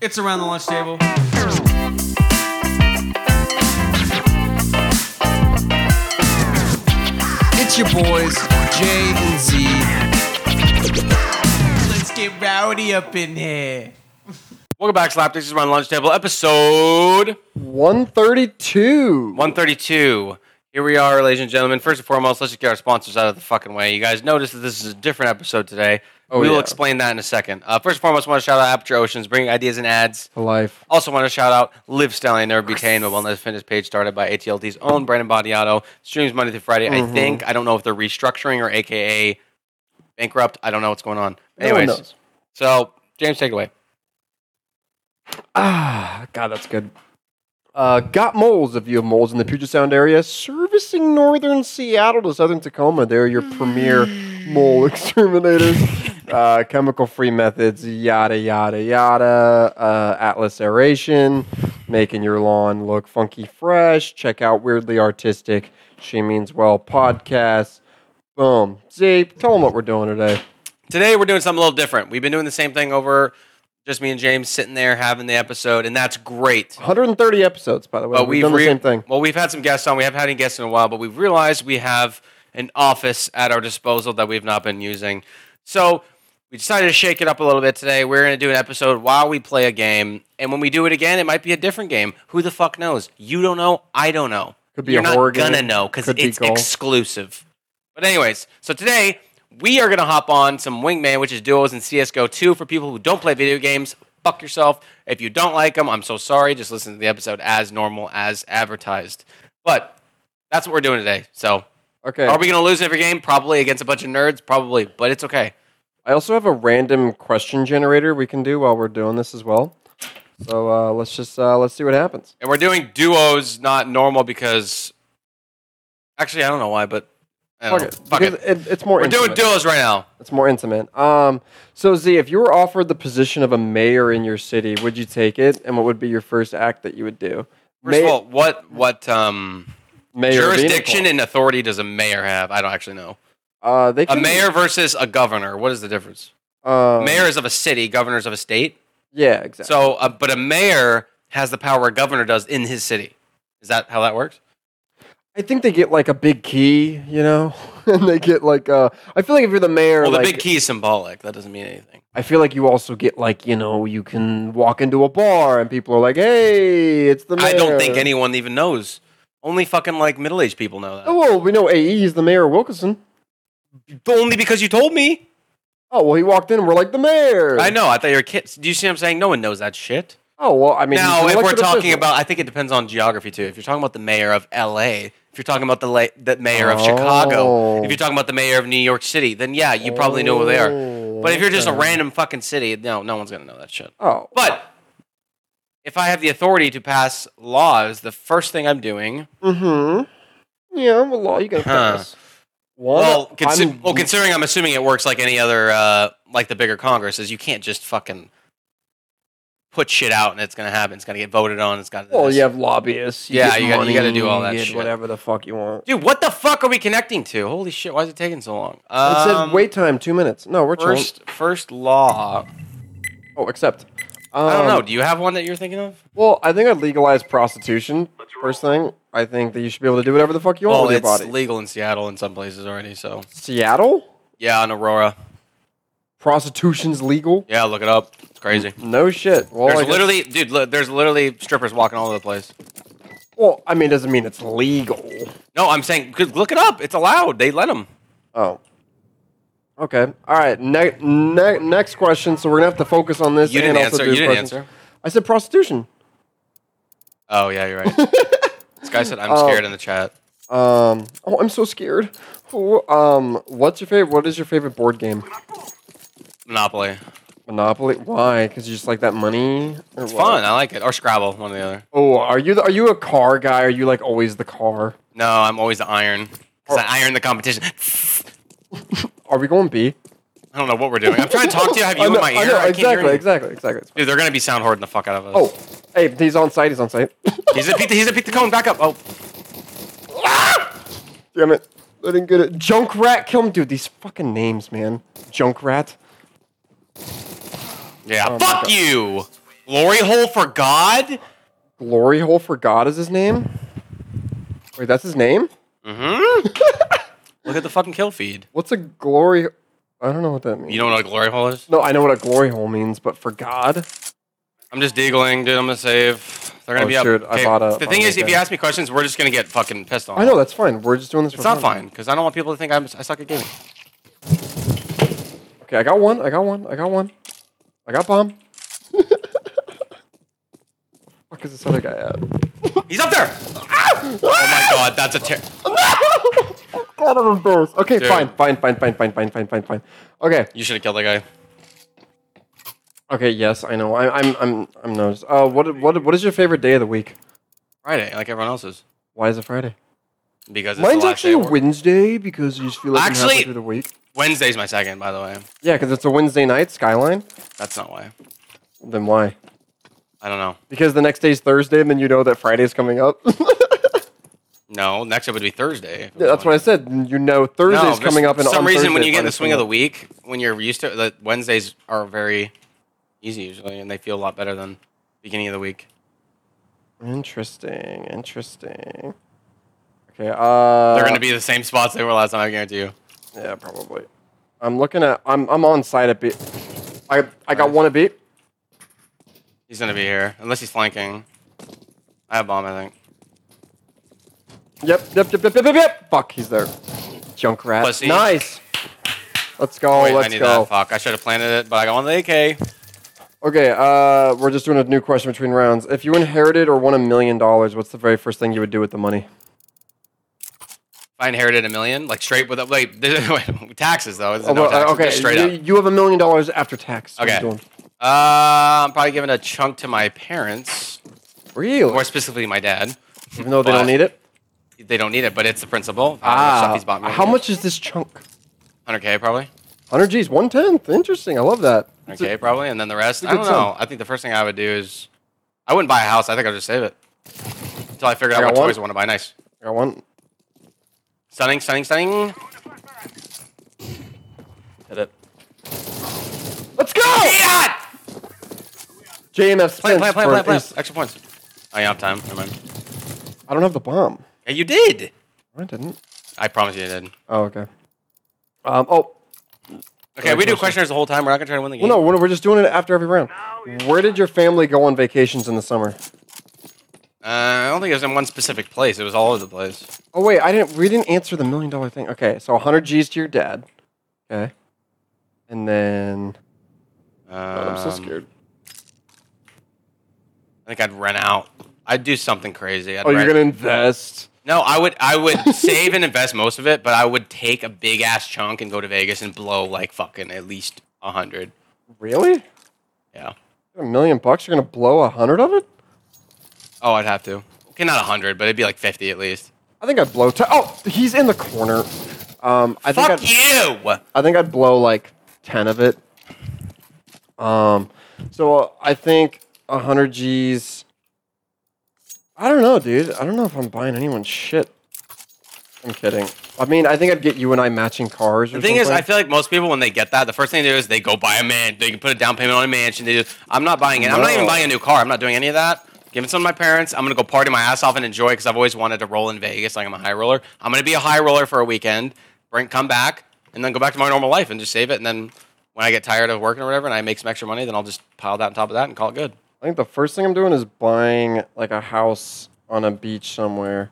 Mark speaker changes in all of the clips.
Speaker 1: It's around the lunch table.
Speaker 2: It's your boys, Jay and Z.
Speaker 1: Let's get rowdy up in here.
Speaker 3: Welcome back, Slapdicks. This is Around the Lunch Table, episode
Speaker 2: 132.
Speaker 3: 132. Here we are, ladies and gentlemen. First and foremost, let's just get our sponsors out of the fucking way. You guys notice that this is a different episode today.
Speaker 2: Oh,
Speaker 3: we will
Speaker 2: yeah.
Speaker 3: explain that in a second. Uh, first and foremost, I want to shout out Aperture Oceans, bringing ideas and ads.
Speaker 2: To life.
Speaker 3: Also, want to shout out Live Stallion Never Be Tame, a wellness fitness page started by ATLD's own Brandon Bodiato. Streams Monday through Friday,
Speaker 2: Mm-hmm.
Speaker 3: I think. I don't know if they're restructuring or AKA bankrupt. I don't know what's going on.
Speaker 2: one
Speaker 3: Anyways,
Speaker 2: knows.
Speaker 3: so James, take it away.
Speaker 2: Ah, God, that's good. Uh, got moles if you have moles in the Puget Sound area, servicing northern Seattle to southern Tacoma. They're your premier mole exterminators. Uh, chemical free methods, yada, yada, yada. Uh, Atlas aeration, making your lawn look funky fresh. Check out Weirdly Artistic, She Means Well podcast. Boom. Z, tell them what we're doing today.
Speaker 3: Today we're doing something a little different. We've been doing the same thing over just me and James sitting there having the episode, and that's great.
Speaker 2: 130 episodes, by the way.
Speaker 3: But
Speaker 2: Oh, we've, done
Speaker 3: rea-
Speaker 2: the same thing.
Speaker 3: Well, we've had some guests on. We haven't had any guests in a while, but we've realized we have an office at our disposal that we've not been using. So we decided to shake it up a little bit today. We're going to do an episode while we play a game, and when we do it again, it might be a different game. Who the fuck knows? You don't know. I don't know.
Speaker 2: Could be
Speaker 3: You're
Speaker 2: a
Speaker 3: not
Speaker 2: horror
Speaker 3: gonna
Speaker 2: game.
Speaker 3: know because
Speaker 2: Could be
Speaker 3: it's
Speaker 2: golf.
Speaker 3: exclusive. But anyways, so today we are gonna hop on some Wingman, which is duos in CS:GO 2 for people who don't play video games. Fuck yourself. If you don't like them, I'm so sorry. Just listen to the episode as normal as advertised. But that's what we're doing today. So
Speaker 2: Okay.
Speaker 3: are we gonna lose every game? Probably against a bunch of nerds. Probably, but it's okay.
Speaker 2: I also have a random question generator we can do while we're doing this as well. So uh, let's just uh, let's see what happens.
Speaker 3: And we're doing duos, not normal, because actually I don't know why, but I don't
Speaker 2: Fuck
Speaker 3: know.
Speaker 2: it.
Speaker 3: Oh, Fuck
Speaker 2: because
Speaker 3: it.
Speaker 2: it- it's more
Speaker 3: We're doing
Speaker 2: intimate.
Speaker 3: duos right now.
Speaker 2: it's more intimate. Um, so Z, if you were offered the position of a mayor in your city, would you take it? And what would be your first act that you would do?
Speaker 3: First of
Speaker 2: May-
Speaker 3: all, what what um
Speaker 2: mayor of
Speaker 3: jurisdiction
Speaker 2: Enid
Speaker 3: and authority does a mayor have? I don't actually know.
Speaker 2: Paul. Uh, they
Speaker 3: A
Speaker 2: can,
Speaker 3: mayor versus a governor. What is the difference?
Speaker 2: uh,
Speaker 3: mayor is of a city, governor is of a state.
Speaker 2: Yeah, exactly.
Speaker 3: So, uh, but a mayor has the power a governor does in his city. Is that how that works?
Speaker 2: I think they get like a big key, you know, and they get like uh, I feel like if you're the mayor,
Speaker 3: Well, the
Speaker 2: like,
Speaker 3: big key is symbolic. That doesn't mean anything.
Speaker 2: I feel like you also get like you know you can walk into a bar and people are like, "Hey, it's the mayor."
Speaker 3: I don't think anyone even knows. Only fucking like middle aged people know that.
Speaker 2: Oh well, we know AE is the mayor of Wilkinson.
Speaker 3: Only because you told me.
Speaker 2: Oh well, he walked in. and We're like the mayor.
Speaker 3: I know. I thought you were kids. Do you see what I'm saying? No one knows that shit.
Speaker 2: Oh well, I mean,
Speaker 3: now,
Speaker 2: he's an
Speaker 3: if we're
Speaker 2: elected
Speaker 3: talking
Speaker 2: official.
Speaker 3: about, I think it depends on geography too. If you're talking about the mayor of L.A., if you're talking about the, la- the mayor of Chicago,
Speaker 2: Oh.
Speaker 3: if you're talking about the mayor of New York City, then yeah, you probably know who they are.
Speaker 2: Oh,
Speaker 3: But if you're just a
Speaker 2: okay.
Speaker 3: random fucking city, no, no one's gonna know that shit.
Speaker 2: oh,
Speaker 3: But if I have the authority to pass laws, the first thing I'm doing,
Speaker 2: mm-hmm. Yeah, well, law you gotta
Speaker 3: Huh.
Speaker 2: pass. One,
Speaker 3: well, consi-
Speaker 2: I'm-
Speaker 3: well, considering I'm assuming it works like any other, uh, like the bigger Congress, is you can't just fucking put shit out and it's gonna happen. It's gonna get voted on. It's got.
Speaker 2: well, you have lobbyists. You
Speaker 3: Yeah,
Speaker 2: get
Speaker 3: you gotta- you
Speaker 2: money,
Speaker 3: gotta do all that
Speaker 2: get
Speaker 3: shit.
Speaker 2: Whatever the fuck you want.
Speaker 3: Dude, what the fuck are we connecting to? Holy shit, why is it taking so long?
Speaker 2: It said
Speaker 3: Um,
Speaker 2: wait time two minutes. No, we're chilling.
Speaker 3: First, first law.
Speaker 2: Oh, except um,
Speaker 3: I don't know. Do you have one that you're thinking of?
Speaker 2: Well, I think I'd legalize prostitution. First thing, I think that you should be able to do whatever the fuck you want
Speaker 3: Well,
Speaker 2: with your
Speaker 3: it's
Speaker 2: body.
Speaker 3: legal in Seattle in some places already. So
Speaker 2: Seattle,
Speaker 3: yeah, on Aurora.
Speaker 2: prostitution's legal.
Speaker 3: Yeah, look it up. It's crazy.
Speaker 2: No shit. Mm. Well, I
Speaker 3: There's
Speaker 2: guess-
Speaker 3: literally, dude. Li- there's literally strippers walking all over the place.
Speaker 2: well, I mean, it doesn't mean it's legal.
Speaker 3: No, I'm saying, 'cause look it up. It's allowed. They let them.
Speaker 2: Oh. Okay. All right. Ne- ne- next question. So we're gonna have to focus on this.
Speaker 3: You
Speaker 2: and
Speaker 3: didn't
Speaker 2: also
Speaker 3: answer.
Speaker 2: do
Speaker 3: You didn't
Speaker 2: questions.
Speaker 3: answer.
Speaker 2: I said prostitution.
Speaker 3: Oh yeah, you're right. this guy said,
Speaker 2: Oh.
Speaker 3: "I'm scared" in the chat.
Speaker 2: Um. Oh, I'm so scared. Oh, um. What's your favorite? What is your favorite board game?
Speaker 3: Monopoly.
Speaker 2: Monopoly. Why? Because you just like that money. Or
Speaker 3: It's fun. I like it. Or Scrabble, one or the other.
Speaker 2: Oh, are you the, are you a car guy? Are you like always the car?
Speaker 3: No, I'm always the iron. 'Cause
Speaker 2: Or-
Speaker 3: I iron the competition.
Speaker 2: Are we going B? Oh,
Speaker 3: I don't know what we're doing. I'm trying to talk to you. I have you
Speaker 2: I know,
Speaker 3: in my ear.
Speaker 2: I know,
Speaker 3: I can't hear
Speaker 2: exactly,
Speaker 3: you.
Speaker 2: exactly, exactly. It's fine.
Speaker 3: Dude, they're gonna be sound hoarding the fuck out of us.
Speaker 2: Oh, hey, he's on site. He's on site.
Speaker 3: he's a pizza. He's a pizza cone. Back up. Oh,
Speaker 2: Damn it! I didn't get it. Junk rat, kill him, dude. These fucking names, man. Junk rat.
Speaker 3: yeah.
Speaker 2: Oh my
Speaker 3: fuck
Speaker 2: God.
Speaker 3: you, Glory hole for God?
Speaker 2: Glory Hole for God is his name. Wait, that's his name?
Speaker 3: Look at the fucking kill feed.
Speaker 2: What's a glory? I don't know what that means.
Speaker 3: You don't know what a glory hole is?
Speaker 2: no, I know what a glory hole means, but for God,
Speaker 3: I'm just deagling, dude. I'm gonna save. They're gonna
Speaker 2: Oh,
Speaker 3: be up.
Speaker 2: shoot, I
Speaker 3: Okay,
Speaker 2: bought a-
Speaker 3: the thing
Speaker 2: bought
Speaker 3: is,
Speaker 2: a
Speaker 3: if you
Speaker 2: game.
Speaker 3: ask me questions, we're just gonna get fucking pissed off.
Speaker 2: I know that's fine. We're just doing this.
Speaker 3: It's
Speaker 2: for
Speaker 3: not
Speaker 2: fun.
Speaker 3: fine because I don't want people to think I'm, I suck at gaming.
Speaker 2: Okay, I got one. I got one. I got one. I got bomb. Fuck is this other guy at?
Speaker 3: He's up there. Oh my god, that's a ter-
Speaker 2: God, I'm embarrassed. Okay,
Speaker 3: Dude.
Speaker 2: fine, fine, fine, fine, fine, fine, fine, fine, fine. Okay,
Speaker 3: You should have killed that guy.
Speaker 2: okay. Yes, I know. I'm, I'm, I'm, I'm nervous. Uh, what, what, what is your favorite day of the week?
Speaker 3: Friday, like everyone else's,
Speaker 2: Why is it Friday?
Speaker 3: because it's
Speaker 2: Mine's
Speaker 3: the last
Speaker 2: actually
Speaker 3: day
Speaker 2: a
Speaker 3: of work.
Speaker 2: Wednesday because you just feel like I'm halfway
Speaker 3: Actually-
Speaker 2: through the week.
Speaker 3: Wednesday's my second, by the way.
Speaker 2: Yeah, because it's a Wednesday night skyline.
Speaker 3: That's not why.
Speaker 2: Then why?
Speaker 3: I don't know.
Speaker 2: Because the next day's Thursday, and then you know that Friday's coming up. yeah,
Speaker 3: No, next up would be Thursday. if it was
Speaker 2: that's what I
Speaker 3: Wednesday.
Speaker 2: said. You know Thursday's
Speaker 3: there's
Speaker 2: coming up, and
Speaker 3: for some
Speaker 2: on
Speaker 3: reason when
Speaker 2: Thursday,
Speaker 3: you get in the
Speaker 2: Friday's
Speaker 3: swing of the
Speaker 2: coming
Speaker 3: week, when you're used to it, like, Wednesdays are very easy usually, and they feel a lot better than beginning of the week.
Speaker 2: up. Interesting. Interesting. Okay. Uh,
Speaker 3: They're going to be the same spots they were last time. I guarantee you.
Speaker 2: Yeah, probably. I'm looking at. I'm. I'm on site at B. I. I got one at B.
Speaker 3: He's going to be here unless he's flanking. I have bomb. I think.
Speaker 2: Yep. Yep. Yep. Yep. Yep. Yep. yep. Fuck. He's there. Junk rat.
Speaker 3: Pussy.
Speaker 2: Nice. Let's go.
Speaker 3: E. Wait, I
Speaker 2: Oh, let's
Speaker 3: need
Speaker 2: go.
Speaker 3: that. Fuck. I should have planted it, but I got one of the AK.
Speaker 2: Okay, uh, we're just doing a new question between rounds. If you inherited or won a million dollars, what's the very first thing you would do with the money?
Speaker 3: If I inherited a million, like straight with wait, wait taxes though. There's
Speaker 2: Oh,
Speaker 3: no
Speaker 2: well,
Speaker 3: taxes,
Speaker 2: uh,
Speaker 3: just straight
Speaker 2: okay, you,
Speaker 3: up.
Speaker 2: you have a million dollars after tax. What are you
Speaker 3: Okay.
Speaker 2: doing?
Speaker 3: Uh, I'm probably giving a chunk to my parents,
Speaker 2: Really?
Speaker 3: more specifically my dad.
Speaker 2: Even though they don't
Speaker 3: but-
Speaker 2: need it?
Speaker 3: They don't need it, but it's the principle. of how much stuff
Speaker 2: Ah,
Speaker 3: he's bought me.
Speaker 2: how much is this chunk?
Speaker 3: 100k probably.
Speaker 2: 100 G's, one tenth. Interesting. I love that. It's a-
Speaker 3: Okay, probably, and then the rest.
Speaker 2: a
Speaker 3: I don't
Speaker 2: good
Speaker 3: know.
Speaker 2: sum.
Speaker 3: I think the first thing I would do is, I wouldn't buy a house. I think I'd just save it until I figure
Speaker 2: I
Speaker 3: out
Speaker 2: got
Speaker 3: what
Speaker 2: one.
Speaker 3: toys I want to buy. Nice,
Speaker 2: I got one.
Speaker 3: stunning, stunning, stunning.
Speaker 2: Hit it. Let's go!
Speaker 3: Yeah!
Speaker 2: JMF
Speaker 3: Plant, plant,
Speaker 2: spins.
Speaker 3: plant,
Speaker 2: for
Speaker 3: plant,
Speaker 2: an
Speaker 3: plant.
Speaker 2: ace.
Speaker 3: Extra points. I have time. Never mind.
Speaker 2: I don't have the bomb.
Speaker 3: Yeah, you did.
Speaker 2: I didn't.
Speaker 3: I promise you, you did.
Speaker 2: Oh, okay. Um, oh,
Speaker 3: Okay, we do questioners the whole time. We're not gonna try to win the game.
Speaker 2: well, no, we're we're just doing it after every round. Where did your family go on vacations in the summer?
Speaker 3: Uh, I don't think it was in one specific place. It was all over the place.
Speaker 2: Oh wait, I didn't. We didn't answer the million dollar thing. Okay, so 100 G's to your dad. Okay, and then
Speaker 3: Um,
Speaker 2: God, I'm so scared.
Speaker 3: I think I'd rent out. I'd do something crazy. I'd
Speaker 2: Oh, you're
Speaker 3: rent-
Speaker 2: gonna invest?
Speaker 3: No, I would. I would save and invest most of it, but I would take a big ass chunk and go to Vegas and blow like fucking at least a hundred.
Speaker 2: Really?
Speaker 3: Yeah.
Speaker 2: A million bucks? You're gonna blow a hundred of it?
Speaker 3: Oh, I'd have to. Okay, not a hundred, but it'd be like fifty at least.
Speaker 2: I think I'd blow. T- oh, he's in the corner. Um, I think
Speaker 3: Fuck
Speaker 2: I'd,
Speaker 3: you.
Speaker 2: I think I'd blow like ten of it. Um, so uh, I think 100 G's. I don't know, dude. I don't know if I'm buying anyone's shit. I'm kidding. I mean, I think I'd get you and I matching cars. Or
Speaker 3: The thing is,
Speaker 2: something.
Speaker 3: I feel like most people when they get that, the first thing they do is they go buy a man. They can put a down payment on a mansion. They do. I'm not buying it. I'm not even
Speaker 2: No.
Speaker 3: buying a new car. I'm not doing any of that. Give it some to my parents. I'm gonna go party my ass off and enjoy because I've always wanted to roll in Vegas. Like I'm a high roller. I'm gonna be a high roller for a weekend. Bring come back and then go back to my normal life and just save it. And then when I get tired of working or whatever, and I make some extra money, then I'll just pile that on top of that and call it good.
Speaker 2: I think the first thing I'm doing is buying like a house on a beach somewhere,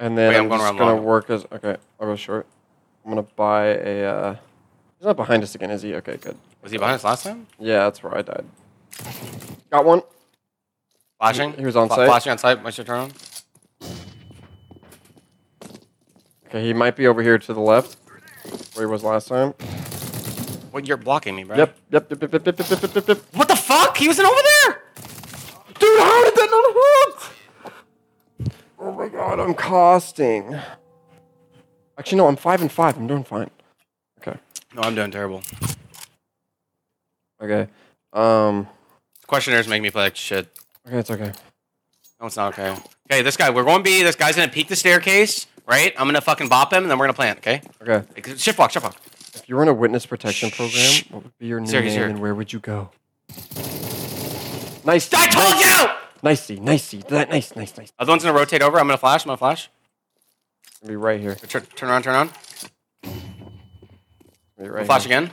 Speaker 2: and then
Speaker 3: Wait,
Speaker 2: I'm,
Speaker 3: I'm going
Speaker 2: just
Speaker 3: around
Speaker 2: gonna
Speaker 3: long.
Speaker 2: work as okay. I'll go short. I'm gonna buy a. Uh, he's not behind us again, is he? Okay, good.
Speaker 3: Was he behind us last time?
Speaker 2: Yeah, that's where I died. Got one.
Speaker 3: Flashing.
Speaker 2: He was on
Speaker 3: Fla-
Speaker 2: site.
Speaker 3: Flashing on site. What's your turn?
Speaker 2: Okay, he might be over here to the left, where he was last time.
Speaker 3: What? You're blocking me, bro.
Speaker 2: Yep, yep, yep, yep, yep, yep, yep, yep, yep, yep.
Speaker 3: What the fuck? He wasn't over there.
Speaker 2: Dude, how did that not hit? Oh my god, I'm costing. Actually, no, I'm five and five. I'm doing fine. Okay,
Speaker 3: No, I'm doing terrible.
Speaker 2: okay. Um,
Speaker 3: Questionnaires make me feel like shit.
Speaker 2: okay, it's okay.
Speaker 3: No, it's not okay. Okay, this guy, we're going B. This guy's gonna peek the staircase, right? I'm gonna fucking bop him, and then we're gonna plant. Okay,
Speaker 2: Okay,
Speaker 3: shift walk, shift walk.
Speaker 2: if you were in a witness protection
Speaker 3: Shh.
Speaker 2: program, what would be your new
Speaker 3: here, he's
Speaker 2: name
Speaker 3: here.
Speaker 2: and where would you go? Nice.
Speaker 3: I told you!
Speaker 2: Nicey, nicey, that nice, nice, nice.
Speaker 3: Other one's gonna rotate over. I'm gonna flash. I'm gonna flash.
Speaker 2: Be right here.
Speaker 3: Turn, turn around, turn on.
Speaker 2: Be right
Speaker 3: Flash
Speaker 2: here.
Speaker 3: again.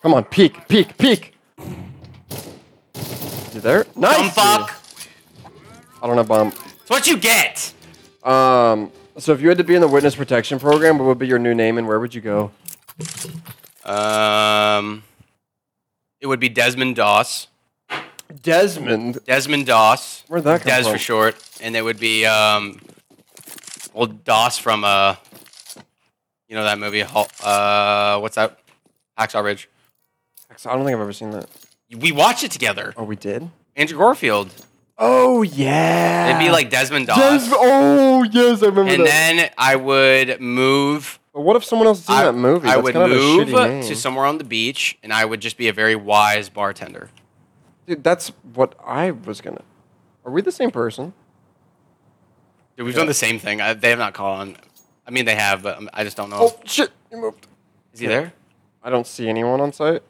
Speaker 2: Come on, peek, peek, peek. You there? Nice.
Speaker 3: Dumb fuck.
Speaker 2: I don't have bomb.
Speaker 3: It's what you get.
Speaker 2: Um. So if you had to be in the witness protection program, what would be your new name and where would you go?
Speaker 3: Um, it would be Desmond Doss.
Speaker 2: Desmond.
Speaker 3: Desmond Doss.
Speaker 2: Where'd that come
Speaker 3: Des
Speaker 2: from?
Speaker 3: for short. And it would be um, old Doss from uh, you know that movie. Hol- Uh, what's that? Hacksaw Ridge.
Speaker 2: I don't think I've ever seen that.
Speaker 3: We watched it together.
Speaker 2: Oh, we did.
Speaker 3: Andrew Garfield.
Speaker 2: Oh yeah.
Speaker 3: It'd be like Desmond Doss.
Speaker 2: Des- oh yes, I remember
Speaker 3: and
Speaker 2: that.
Speaker 3: then I would move.
Speaker 2: but what if someone else has seen
Speaker 3: I,
Speaker 2: that movie?
Speaker 3: I
Speaker 2: That's
Speaker 3: would
Speaker 2: kind of a
Speaker 3: move
Speaker 2: shitty name.
Speaker 3: to somewhere on the beach, and I would just be a very wise bartender.
Speaker 2: Dude, that's what I was gonna. Are we the same person?
Speaker 3: Dude, we've done the same thing. I, they have not called on. I mean, they have, but um, I just don't know.
Speaker 2: Oh shit! You moved.
Speaker 3: Is he there?
Speaker 2: I don't see anyone on site.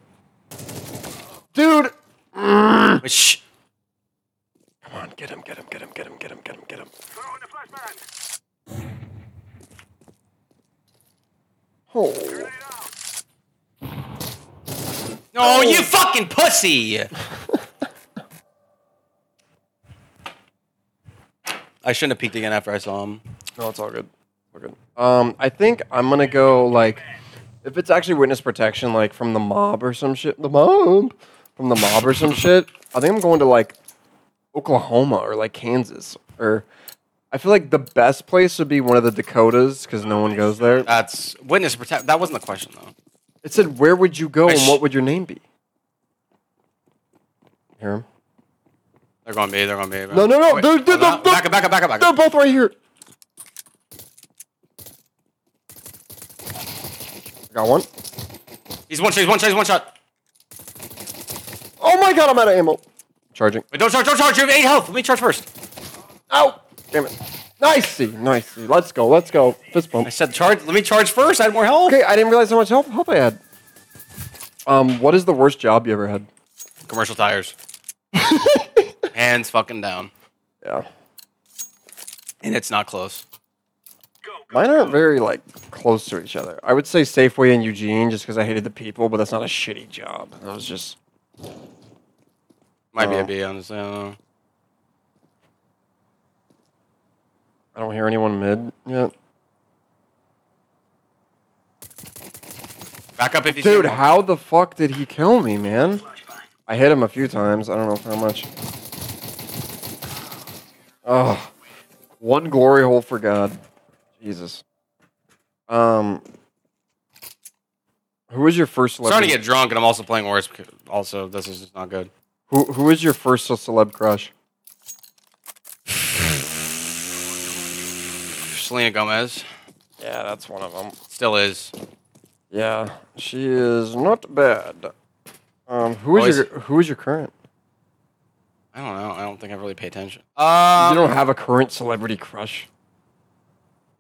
Speaker 2: Dude!
Speaker 3: Wait, shh.
Speaker 2: Come on, get him, get him, get him, get him, get him, get him, get him. Oh.
Speaker 3: No, you fucking pussy! I shouldn't have peeked again after I saw him.
Speaker 2: No, it's all good. We're good. Um, I think I'm gonna go like, if it's actually witness protection, like from the mob or some shit. The mob, from the mob or some shit. I think I'm going to like Oklahoma or like Kansas or. I feel like the best place would be one of the Dakotas because no one goes there.
Speaker 3: That's witness protect. That wasn't the question though.
Speaker 2: It said, "Where would you go,
Speaker 3: I
Speaker 2: and
Speaker 3: sh-
Speaker 2: what would your name be?" Hear him?
Speaker 3: They're gonna be. They're gonna be. Oh,
Speaker 2: No, no, no,
Speaker 3: Wait,
Speaker 2: they're- they're-
Speaker 3: hold on.
Speaker 2: they're-
Speaker 3: back up, back up, back up, back
Speaker 2: They're
Speaker 3: up.
Speaker 2: both right here. Got one.
Speaker 3: He's one shot. He's one shot. He's one shot.
Speaker 2: Oh my god, I'm out of ammo. Charging.
Speaker 3: Wait, don't charge. Don't charge. You have eight health. Let me charge first.
Speaker 2: Ow! Damn it. Nicey, nicey. Let's go, let's go. Fist bump.
Speaker 3: I said charge. Let me charge first. I had more health.
Speaker 2: Okay, I didn't realize how much health, health I had. Um, what is the worst job you ever had?
Speaker 3: Commercial tires. Hands fucking down.
Speaker 2: Yeah.
Speaker 3: And it's not close.
Speaker 2: Mine aren't very like close to each other. I would say Safeway and Eugene just because I hated the people, but that's not a shitty job. That was just
Speaker 3: Might be
Speaker 2: Oh.
Speaker 3: a B, honestly. I don't know.
Speaker 2: I don't hear anyone mid yet.
Speaker 3: Back up if you see
Speaker 2: Dude,
Speaker 3: one.
Speaker 2: how the fuck did he kill me, man? I hit him a few times. I don't know how much. Oh, one glory hole for God. Jesus. Um, who was your first
Speaker 3: I'm
Speaker 2: celeb?
Speaker 3: starting to get drunk, and I'm also playing worse. because- Also, this is just not good.
Speaker 2: who, who was your first celeb crush?
Speaker 3: Selena Gomez
Speaker 2: Yeah, that's one of them.
Speaker 3: still is.
Speaker 2: Yeah, she is not bad. Um, who is
Speaker 3: Always-
Speaker 2: your who is your current?
Speaker 3: I don't know. I don't think I really pay attention. Um,
Speaker 2: you don't have a current celebrity crush.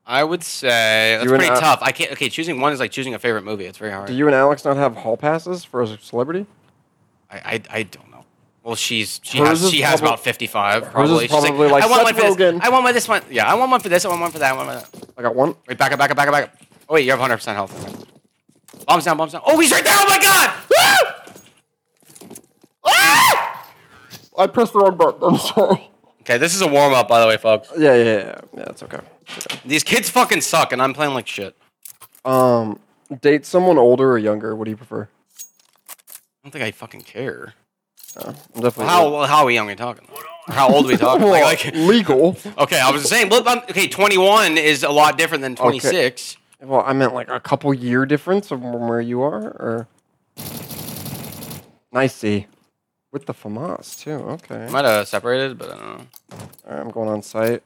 Speaker 3: I would say that's
Speaker 2: You and
Speaker 3: pretty
Speaker 2: I-
Speaker 3: tough. I can't. Okay, choosing one is like choosing a favorite movie. It's very hard.
Speaker 2: Do you and Alex not have hall passes for a celebrity?
Speaker 3: I, I I don't know. Well, she's she
Speaker 2: Hers
Speaker 3: has
Speaker 2: is
Speaker 3: she has
Speaker 2: probably-
Speaker 3: about fifty five
Speaker 2: Hers is
Speaker 3: probably. She's
Speaker 2: probably like
Speaker 3: I want
Speaker 2: Seth
Speaker 3: one for
Speaker 2: Rogen.
Speaker 3: this. I want one this one. Yeah, I want one for this. I want one for that. I want one. For that.
Speaker 2: I got one.
Speaker 3: Wait, back up, back up, back up, back up. Oh wait, you have hundred percent health. Bombs down, bombs down. Oh, he's right there. Oh my god. Woo! Ah!
Speaker 2: I pressed the wrong button. I'm sorry.
Speaker 3: Okay, this is a warm up, by the way, folks.
Speaker 2: Yeah, yeah, yeah. Yeah, it's okay. It's okay.
Speaker 3: These kids fucking suck, and I'm playing like shit.
Speaker 2: Um, date someone older or younger. What do you prefer?
Speaker 3: I don't think I fucking care.
Speaker 2: Uh, I'm definitely
Speaker 3: How well, how young are we talking? Or how old are we talking?
Speaker 2: Well,
Speaker 3: Like, like-
Speaker 2: legal.
Speaker 3: okay, I was saying. Well, I'm- okay, twenty one is a lot different than twenty six.
Speaker 2: Well, I meant like a couple year difference from where you are, or nicey with the FAMAS too. Okay,
Speaker 3: Might have separated, but I don't know.
Speaker 2: All right, I'm going on site.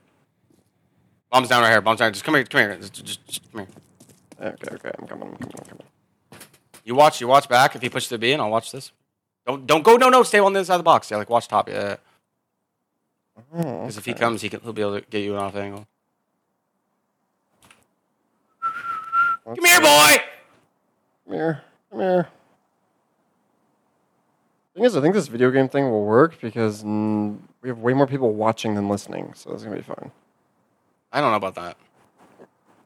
Speaker 3: Bombs down right here. Bombs down. Just come here. Come here. Just, just, just come here.
Speaker 2: Okay, okay, I'm coming. I'm coming. I'm coming.
Speaker 3: You watch. You watch back. If he pushes the B, and I'll watch this. Don't don't go. No no. Stay on the other side of the box. Yeah, like watch top. Yeah.
Speaker 2: Oh,
Speaker 3: Because if he comes, he can, he'll be able to get you an off angle.
Speaker 2: let's
Speaker 3: Come here,
Speaker 2: see.
Speaker 3: boy.
Speaker 2: Come here. Come here. thing is, I think this video game thing will work because mm, we have way more people watching than listening, so it's gonna be fun.
Speaker 3: I don't know about that.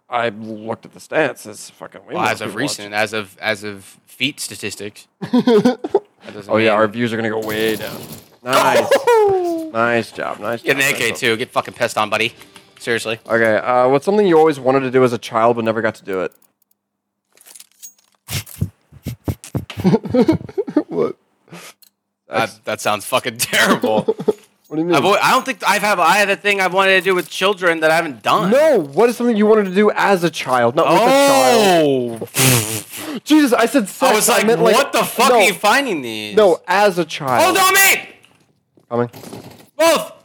Speaker 2: I looked at the stats. It's fucking way
Speaker 3: Well,
Speaker 2: more
Speaker 3: as of
Speaker 2: people
Speaker 3: recent, as of as of feet statistics. That doesn't
Speaker 2: watching. Oh yeah,
Speaker 3: mean- Oh!
Speaker 2: our views are gonna go way down. Nice, nice job, nice.
Speaker 3: Get
Speaker 2: job,
Speaker 3: an AK
Speaker 2: nice job.
Speaker 3: too. Get fucking pissed on, buddy. Seriously.
Speaker 2: Okay, uh, what's something you always wanted to do as a child but never got to do it? what? That's-
Speaker 3: That, that sounds fucking terrible.
Speaker 2: what do you mean?
Speaker 3: I've, al- I don't think I've have I have a thing I've wanted to do with children that I haven't done.
Speaker 2: no, what is something you wanted to do as a child, not with a
Speaker 3: Oh,
Speaker 2: child? Jesus, I said sex.
Speaker 3: I was like,
Speaker 2: meant,
Speaker 3: what the fuck
Speaker 2: no,
Speaker 3: are you finding these? Oh,
Speaker 2: No, as a child.
Speaker 3: Hold on, mate.
Speaker 2: Coming.
Speaker 3: Both.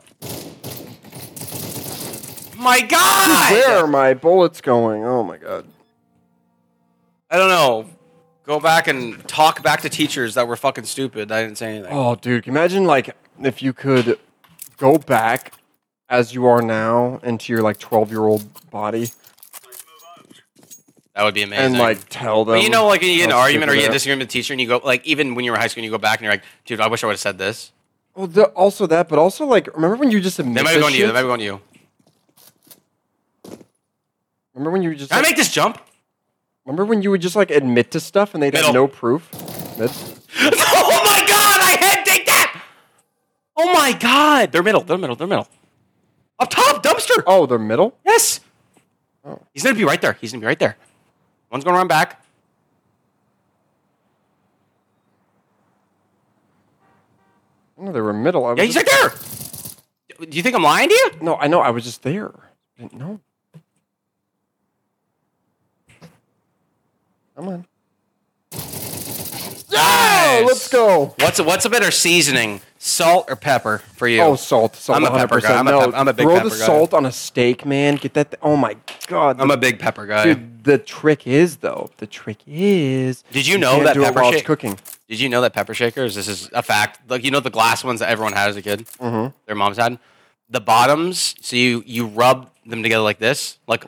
Speaker 3: My God.
Speaker 2: Where are my bullets going? Oh my god.
Speaker 3: I don't know. Go back and talk back to teachers that were fucking stupid. I didn't say anything.
Speaker 2: Oh, dude, can you imagine like if you could go back as you are now into your like 12 year old body
Speaker 3: That would be amazing.
Speaker 2: and like tell them.
Speaker 3: But you know, like you get in an
Speaker 2: how
Speaker 3: argument or
Speaker 2: stupid
Speaker 3: you get
Speaker 2: they are.
Speaker 3: disagreement with the teacher, and you go like, even when you were in high school, and you go back and you're like, dude, I wish I would have said this.
Speaker 2: Well, the, also that, but also like, remember when you just admit
Speaker 3: They might be
Speaker 2: this
Speaker 3: going to you.
Speaker 2: shit?
Speaker 3: They might be going to you.
Speaker 2: Remember when you just
Speaker 3: Can I
Speaker 2: like,
Speaker 3: make this jump?
Speaker 2: remember when you would just like admit to stuff and they'd have
Speaker 3: Middle.
Speaker 2: no proof. Mid.
Speaker 3: oh my god! I had take that. Oh my god! They're middle. They're middle. They're middle. Up top, dumpster.
Speaker 2: Oh, they're middle.
Speaker 3: Yes. Oh. He's gonna be right there. He's gonna be right there. One's gonna run back.
Speaker 2: No, they were middle. I was
Speaker 3: Yeah, he's
Speaker 2: just-
Speaker 3: right there. Do you think I'm lying to you?
Speaker 2: No, I know. I was just there. I didn't know. Come on.
Speaker 3: Yes!
Speaker 2: Oh, let's go.
Speaker 3: What's a, what's a better seasoning, salt or pepper for you?
Speaker 2: Oh, salt. Salt.
Speaker 3: I'm a
Speaker 2: 100%.
Speaker 3: pepper guy. I'm a
Speaker 2: no,
Speaker 3: pep- I'm a big
Speaker 2: throw
Speaker 3: pepper
Speaker 2: the
Speaker 3: guy.
Speaker 2: salt on a steak, man. Get that. th- oh my god.
Speaker 3: I'm a big pepper guy.
Speaker 2: Dude, the trick is though. The trick is.
Speaker 3: Did you know
Speaker 2: can't
Speaker 3: that
Speaker 2: do it
Speaker 3: pepper
Speaker 2: while it's
Speaker 3: shake-
Speaker 2: cooking?
Speaker 3: Did you know that pepper shakers? This is a fact. Like you know the glass ones that everyone had as a kid. Mm-hmm. Their moms had the bottoms. So you you rub them together like this, like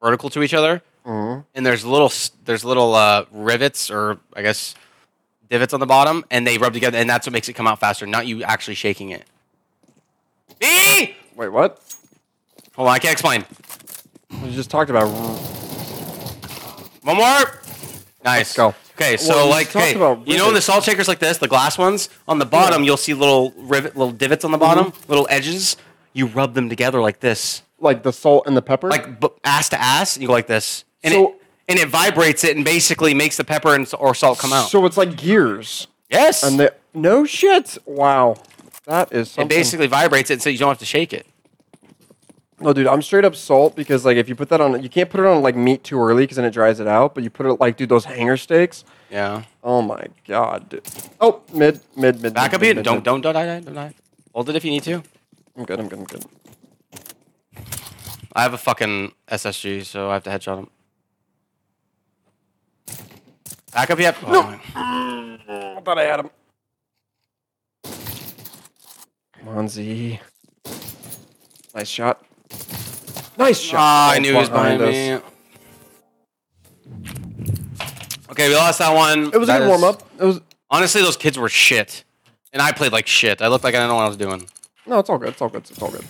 Speaker 3: vertical to each other. Mm-hmm. And there's little s- there's little uh, rivets or I guess divots on the bottom, and they rub together, and that's what makes it come out faster. Not you actually shaking it. B.
Speaker 2: Wait, what?
Speaker 3: Hold on, I can't explain.
Speaker 2: We just talked about.
Speaker 3: One more. Nice.
Speaker 2: go.
Speaker 3: Okay, so
Speaker 2: Well, we
Speaker 3: like,
Speaker 2: talked
Speaker 3: okay,
Speaker 2: about
Speaker 3: you know, in the
Speaker 2: rivets.
Speaker 3: salt shakers like this, the glass ones on the bottom, you'll see little rivet, little divots on the bottom,
Speaker 2: Mm-hmm.
Speaker 3: little edges. You rub them together like this,
Speaker 2: like the salt and the pepper.
Speaker 3: like b- ass to ass, and you go like this, and
Speaker 2: So-
Speaker 3: it and it vibrates it and basically makes the pepper and s- or salt come out.
Speaker 2: so it's like gears.
Speaker 3: yes, and
Speaker 2: And they, no shit. Wow, that is
Speaker 3: it
Speaker 2: something.
Speaker 3: basically vibrates it, so you don't have to shake it.
Speaker 2: no, dude, I'm straight up salt because like if you put that on, you can't put it on like meat too early because then it dries it out. But you put it like dude those hanger steaks.
Speaker 3: Yeah,
Speaker 2: Oh my god. Dude. Oh mid mid mid.
Speaker 3: back
Speaker 2: mid,
Speaker 3: up
Speaker 2: mid,
Speaker 3: you.
Speaker 2: mid,
Speaker 3: Don't
Speaker 2: mid.
Speaker 3: don't don't die, die, don't die. Hold it if you need to.
Speaker 2: I'm good. I'm good. I'm good.
Speaker 3: I have a fucking SSG, so I have to headshot him. Back up, yep. No.
Speaker 2: I thought I had him. Come on, Z. Nice shot. Nice shot.
Speaker 3: Ah, I
Speaker 2: Oh,
Speaker 3: knew he was behind me. Okay, we lost that one.
Speaker 2: It was a
Speaker 3: That
Speaker 2: good
Speaker 3: is-
Speaker 2: warm up. It was
Speaker 3: Honestly, those kids were shit, and I played like shit. I looked like I didn't know what I was doing.
Speaker 2: no, it's all good. It's all good. It's all good.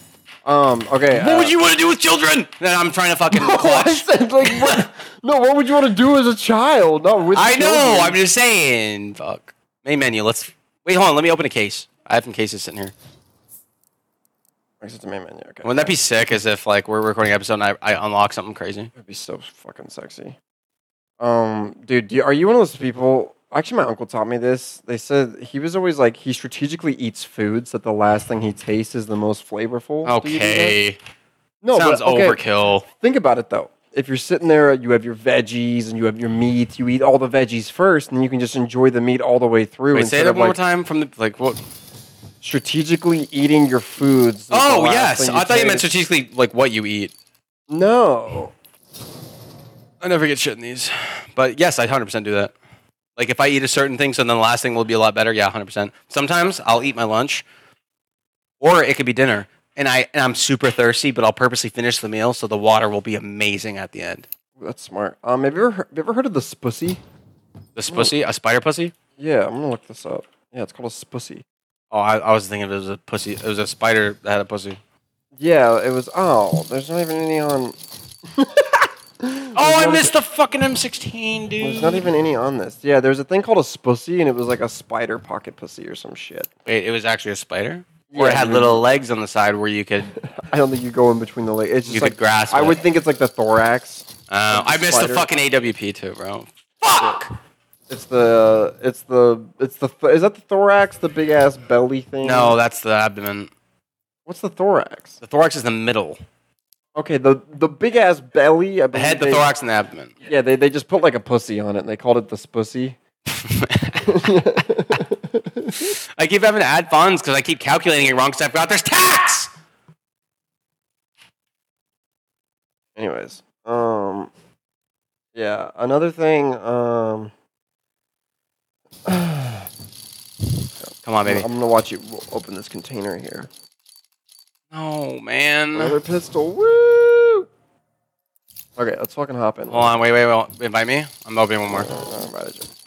Speaker 2: Um. Okay.
Speaker 3: what
Speaker 2: uh,
Speaker 3: would you want to do with children? Then I'm trying to fucking
Speaker 2: I
Speaker 3: clutch.
Speaker 2: said, like, what? no, what would you want to do as a child? Not with
Speaker 3: I know.
Speaker 2: children.
Speaker 3: I'm just saying. Fuck. Main menu. Let's wait. Hold on. Let me open a case. I have some cases sitting here.
Speaker 2: Except the main menu. Okay.
Speaker 3: Wouldn't that be sick? As if like we're recording an episode and I, I unlock something crazy.
Speaker 2: That'd be so fucking sexy. Um, dude, do you- are you one of those people? Actually, my uncle taught me this. They said he was always like he strategically eats foods that the last thing he tastes is the most flavorful. Do you do that?
Speaker 3: Okay.
Speaker 2: No,
Speaker 3: Sounds
Speaker 2: Oh, but, okay,
Speaker 3: overkill.
Speaker 2: Think about it though. If you're sitting there, you have your veggies and you have your meat. You eat all the veggies first, and then you can just enjoy the meat all the way through.
Speaker 3: Wait,
Speaker 2: instead
Speaker 3: say that
Speaker 2: of,
Speaker 3: one more
Speaker 2: like,
Speaker 3: time from the like what?
Speaker 2: Strategically eating your foods. that's the
Speaker 3: Oh
Speaker 2: last
Speaker 3: yes,
Speaker 2: thing
Speaker 3: I thought you meant
Speaker 2: taste.
Speaker 3: strategically like what you eat.
Speaker 2: No.
Speaker 3: I never get shit in these. But yes, I 100% do that. Like if I eat a certain thing, so then the last thing will be a lot better. Yeah, 100%. Sometimes I'll eat my lunch or it could be dinner. And, I, and I'm super thirsty, but I'll purposely finish the meal so the water will be amazing at the end.
Speaker 2: That's smart. Um, have you ever, he- have you ever heard of the spussy?
Speaker 3: This pussy, a spider pussy?
Speaker 2: Yeah, I'm gonna look this up. Yeah, it's called a spussy.
Speaker 3: Oh, I, I was thinking it was a pussy. It was a spider that had a pussy.
Speaker 2: Yeah, it was. Oh, there's not even any on.
Speaker 3: Oh, I missed the fucking M16,
Speaker 2: There's
Speaker 3: dude.
Speaker 2: not even any on this. Yeah, there's a thing called a spussy, and it was like a spider pocket pussy or some shit.
Speaker 3: Wait, it was actually a spider? Or it
Speaker 2: Yeah,
Speaker 3: had
Speaker 2: dude.
Speaker 3: little legs on the side where you could.
Speaker 2: I don't think you go in between the legs. It's just
Speaker 3: You could
Speaker 2: like
Speaker 3: grasp
Speaker 2: I
Speaker 3: it.
Speaker 2: would think it's like the thorax.
Speaker 3: Uh, I missed the
Speaker 2: Spider.
Speaker 3: fucking AWP too, bro. Fuck!
Speaker 2: It's the it's the it's the th- is that the thorax? The big ass belly thing?
Speaker 3: No, that's the abdomen.
Speaker 2: What's the thorax?
Speaker 3: The thorax is the middle.
Speaker 2: Okay, the the big ass belly. I
Speaker 3: The
Speaker 2: believe
Speaker 3: head, the
Speaker 2: they-
Speaker 3: thorax, and the abdomen.
Speaker 2: Yeah, they they just put like a pussy on it, and they called it the spussy.
Speaker 3: I keep having to add funds because I keep calculating it wrong because I forgot there's tax!
Speaker 2: Anyways, um, yeah, another thing. Um,
Speaker 3: Come on,
Speaker 2: I'm
Speaker 3: baby.
Speaker 2: gonna watch you open this container here.
Speaker 3: No, man.
Speaker 2: Another pistol. Woo! Okay, let's fucking hop in.
Speaker 3: Hold on, wait, wait, wait. Invite me? I'm opening one more.
Speaker 2: Uh, right, I just-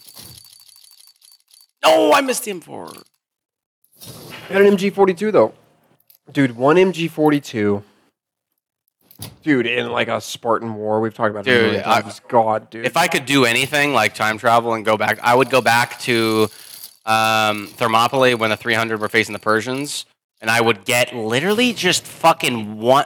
Speaker 3: No, I missed the M4.
Speaker 2: I got an MG42 though, dude. One MG42. Dude, in like a Spartan war, we've talked about it. a
Speaker 3: Dude,
Speaker 2: million
Speaker 3: I-
Speaker 2: times. God, dude.
Speaker 3: If I could do anything like time travel and go back, I would go back to um, Thermopylae when the 300 were facing the Persians, and I would get literally just fucking one,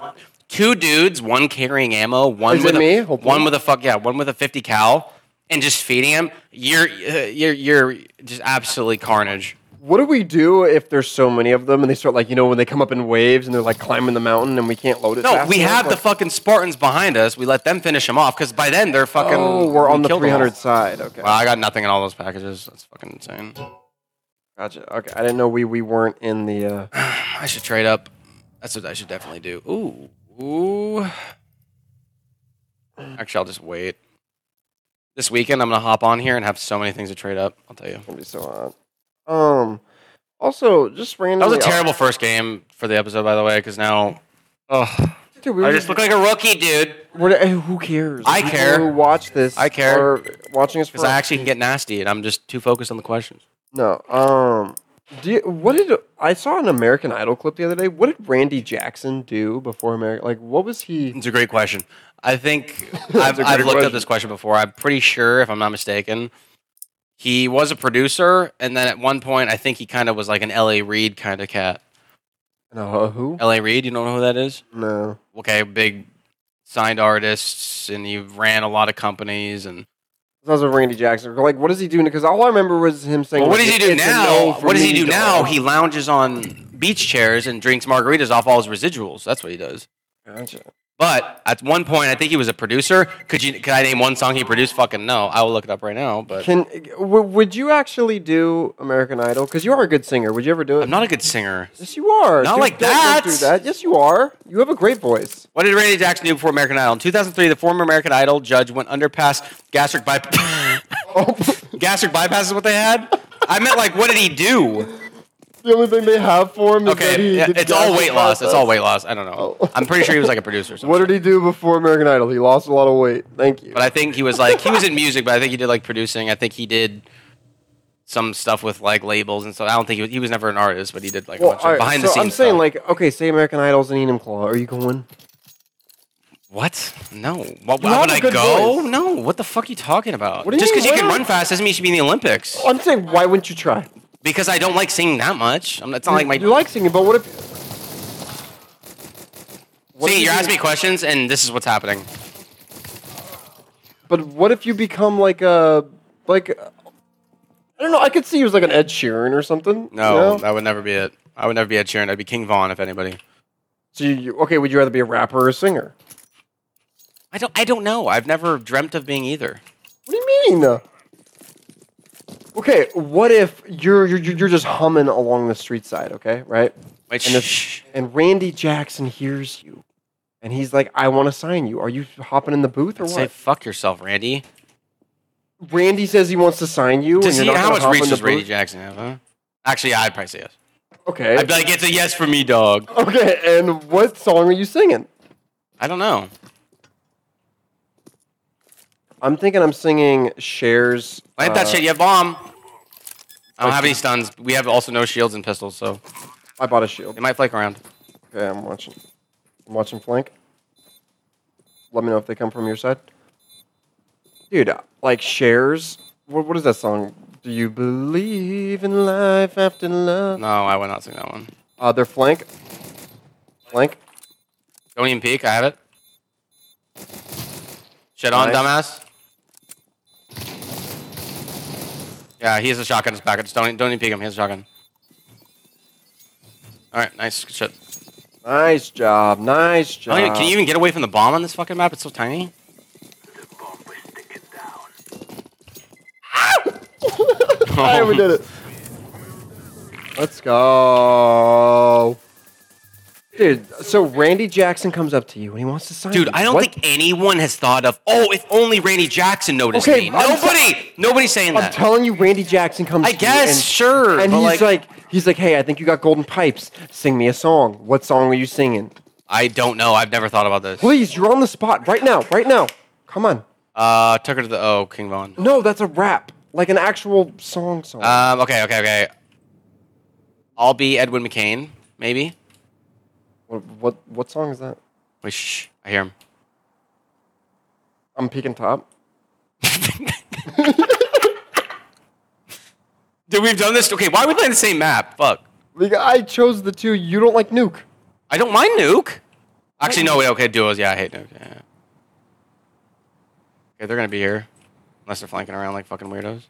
Speaker 3: two dudes, one carrying ammo, one
Speaker 2: Is it
Speaker 3: with a,
Speaker 2: me? Hopefully.
Speaker 3: one with a fuck yeah, one with a 50 cal, and just feeding him. You're uh, you're you're just absolutely carnage.
Speaker 2: What do we do if there's so many of them and they start like you know when they come up in waves and they're like climbing the mountain and we can't load it?
Speaker 3: No,
Speaker 2: fast
Speaker 3: we
Speaker 2: enough?
Speaker 3: have the
Speaker 2: Like,
Speaker 3: fucking Spartans behind us. We let them finish them off because by then they're fucking.
Speaker 2: oh, we're
Speaker 3: we
Speaker 2: on the
Speaker 3: killed them all.
Speaker 2: 300 side. Okay,
Speaker 3: Well, I got nothing in all those packages. That's fucking insane.
Speaker 2: gotcha. Okay, I didn't know we we weren't in the. Uh,
Speaker 3: I should trade up. That's what I should definitely do. Ooh. Ooh. Actually, I'll just wait. This weekend, I'm going to hop on here and have so many things to trade up. I'll tell you.
Speaker 2: gonna be so on. Um. Also, just
Speaker 3: That
Speaker 2: randomly.
Speaker 3: was a terrible first game for the episode, by the way, because now. Oh,
Speaker 2: Dude, we
Speaker 3: I
Speaker 2: were
Speaker 3: just look like a rookie, dude.
Speaker 2: We're, eh, who cares?
Speaker 3: I
Speaker 2: People
Speaker 3: care.
Speaker 2: Who watch this?
Speaker 3: I care.
Speaker 2: Are watching us for
Speaker 3: Because I actually can get nasty, and I'm just too focused on the questions.
Speaker 2: no. Um. Do you, what did I saw an American Idol clip the other day? What did Randy Jackson do before America? Like, what was he?
Speaker 3: It's a great question. I think I've,
Speaker 2: a
Speaker 3: I've
Speaker 2: great
Speaker 3: looked up
Speaker 2: question.
Speaker 3: this question before. I'm pretty sure, if I'm not mistaken, he was a producer, and then at one point, I think he kind of was like an L.A. Reid kind of cat.
Speaker 2: No, who?
Speaker 3: L.A. Reid, you don't know who that is?
Speaker 2: No.
Speaker 3: Okay, big signed artists, and he ran a lot of companies. And
Speaker 2: That was with Randy Jackson. Like, what is he doing? Because all I remember was him saying,
Speaker 3: well, what
Speaker 2: like,
Speaker 3: does he do
Speaker 2: "It's a
Speaker 3: now?
Speaker 2: no for
Speaker 3: What does he
Speaker 2: me,
Speaker 3: do
Speaker 2: dog."
Speaker 3: now? He lounges on beach chairs and drinks margaritas off all his residuals. That's what he does.
Speaker 2: Gotcha.
Speaker 3: But at one point, I think he was a producer. Could you? Could I name one song he produced? Fucking no. I will look it up right now. But
Speaker 2: Can w- would you actually do American Idol? Because you are a good singer. Would you ever do it?
Speaker 3: I'm not a good singer.
Speaker 2: yes, you are.
Speaker 3: Not
Speaker 2: Dude,
Speaker 3: like
Speaker 2: don't- don't do
Speaker 3: that.
Speaker 2: that. Yes, you are. You have a great voice.
Speaker 3: What did Randy Jackson do before American Idol? In 2003, the former American Idol judge went underpass gastric bypass.
Speaker 2: Oh,
Speaker 3: gastric bypass is what they had. I meant like, what did he do?
Speaker 2: The only thing they have for him is that
Speaker 3: Okay,
Speaker 2: he
Speaker 3: yeah,
Speaker 2: did
Speaker 3: it's all
Speaker 2: Jackson
Speaker 3: weight loss. It's
Speaker 2: Bypass.
Speaker 3: all weight loss. I don't know.
Speaker 2: Oh.
Speaker 3: I'm pretty sure he was like a producer. Or
Speaker 2: What
Speaker 3: something.
Speaker 2: did he do before American Idol? He lost a lot of weight. Thank you.
Speaker 3: But I think he was like he was in music, but I think he did like producing. I think he did some stuff with like labels and stuff. I don't think he was, he was never an artist, but he did like a
Speaker 2: well,
Speaker 3: bunch of
Speaker 2: all right,
Speaker 3: behind
Speaker 2: so
Speaker 3: the scenes.
Speaker 2: I'm saying,
Speaker 3: stuff.
Speaker 2: like, okay, say American Idol's an Enum Claw. Are you going?
Speaker 3: what? No. What,
Speaker 2: You
Speaker 3: why
Speaker 2: have
Speaker 3: would
Speaker 2: a
Speaker 3: I
Speaker 2: good
Speaker 3: go?
Speaker 2: voice.
Speaker 3: No. What the fuck are you talking about?
Speaker 2: What do you
Speaker 3: Just
Speaker 2: mean,
Speaker 3: because
Speaker 2: Oh.
Speaker 3: you
Speaker 2: why
Speaker 3: can
Speaker 2: not?
Speaker 3: run fast doesn't mean you should be in the Olympics.
Speaker 2: I'm saying, why wouldn't you try?
Speaker 3: Because I don't like singing that much. I'm, it's not like my.
Speaker 2: you like singing, but what if? What if
Speaker 3: See,
Speaker 2: you
Speaker 3: you're
Speaker 2: be-
Speaker 3: asking me questions, and this is what's happening.
Speaker 2: But what if you become like a like? a- I don't know. I could see you as like an Ed Sheeran or something.
Speaker 3: No,
Speaker 2: you know?
Speaker 3: that would never be it. I would never be Ed Sheeran. I'd be King Vaughn, if anybody.
Speaker 2: So you- you okay? Would you rather be a rapper or a singer?
Speaker 3: I don't. I don't know. I've never dreamt of being either.
Speaker 2: What do you mean? Okay, what if you're you're you're just humming along the street side? Okay, right?
Speaker 3: Wait,
Speaker 2: And if-
Speaker 3: shh.
Speaker 2: and Randy Jackson hears you, and he's like, "I want to sign you. Are you hopping in the booth or
Speaker 3: Say
Speaker 2: what?"
Speaker 3: fuck yourself, Randy.
Speaker 2: Randy says he wants to sign you,
Speaker 3: Does
Speaker 2: and
Speaker 3: he,
Speaker 2: you're not
Speaker 3: how
Speaker 2: gonna
Speaker 3: much
Speaker 2: hop
Speaker 3: reach
Speaker 2: in the
Speaker 3: does Randy
Speaker 2: booth?
Speaker 3: Jackson have? Huh? Actually, yeah, I'd probably say yes.
Speaker 2: Okay,
Speaker 3: I'd be like, it's a yes for me, dog.
Speaker 2: okay. And what song are you singing?
Speaker 3: I don't know.
Speaker 2: I'm thinking I'm singing Cher's.
Speaker 3: Plant
Speaker 2: uh,
Speaker 3: that shit, you bomb. I don't have any stuns. We have also no shields and pistols, so
Speaker 2: I bought a shield.
Speaker 3: it might flake around.
Speaker 2: Okay, I'm watching. I'm watching flank. Let me know if they come from your side. Dude, uh, like shares. What, what is that song? Do you believe in life after love?
Speaker 3: No, I would not sing that one.
Speaker 2: Uh, they're flank. Flank.
Speaker 3: Don't even peek. I have it. Shit on,
Speaker 2: Nice.
Speaker 3: dumbass. Yeah, he has a shotgun in his package. Don't don't even peek him. He has a shotgun. All right, nice good shit.
Speaker 2: Nice job. Nice
Speaker 3: I
Speaker 2: job.
Speaker 3: don't even- Oh, can you even get away from the bomb on this fucking map? It's so tiny.
Speaker 2: Alright, we did it. Let's go. Dude, so Randy Jackson comes up to you and he wants to sign.
Speaker 3: Dude,
Speaker 2: you.
Speaker 3: I don't
Speaker 2: What?
Speaker 3: think anyone has thought of. Oh, if only Randy Jackson noticed
Speaker 2: Okay,
Speaker 3: me.
Speaker 2: I'm t-
Speaker 3: Nobody, nobody's saying
Speaker 2: I'm
Speaker 3: that.
Speaker 2: telling you, Randy Jackson comes.
Speaker 3: I
Speaker 2: to you
Speaker 3: guess,
Speaker 2: and-
Speaker 3: sure,
Speaker 2: And
Speaker 3: but like-
Speaker 2: he's like, he's like, hey, I think you got golden pipes. Sing me a song. What song are you singing?
Speaker 3: I don't know. I've never thought about this.
Speaker 2: Please, you're on the spot right now, right now. Come on.
Speaker 3: Uh, took her to the oh, King Von.
Speaker 2: No, that's a rap, like an actual song. Song.
Speaker 3: Um, okay, okay, okay. I'll be Edwin McCain, maybe.
Speaker 2: what, what what song is that?
Speaker 3: Wait, shh, I hear him.
Speaker 2: I'm peeking top.
Speaker 3: Dude, we've done this. Okay, why are we playing the same map? Fuck.
Speaker 2: Like, I chose the two. You don't like Nuke.
Speaker 3: I don't mind Nuke. Actually, no, wait, okay, duos. Yeah, I hate Nuke. Yeah. Okay, they're gonna be here. Unless they're flanking around like fucking weirdos.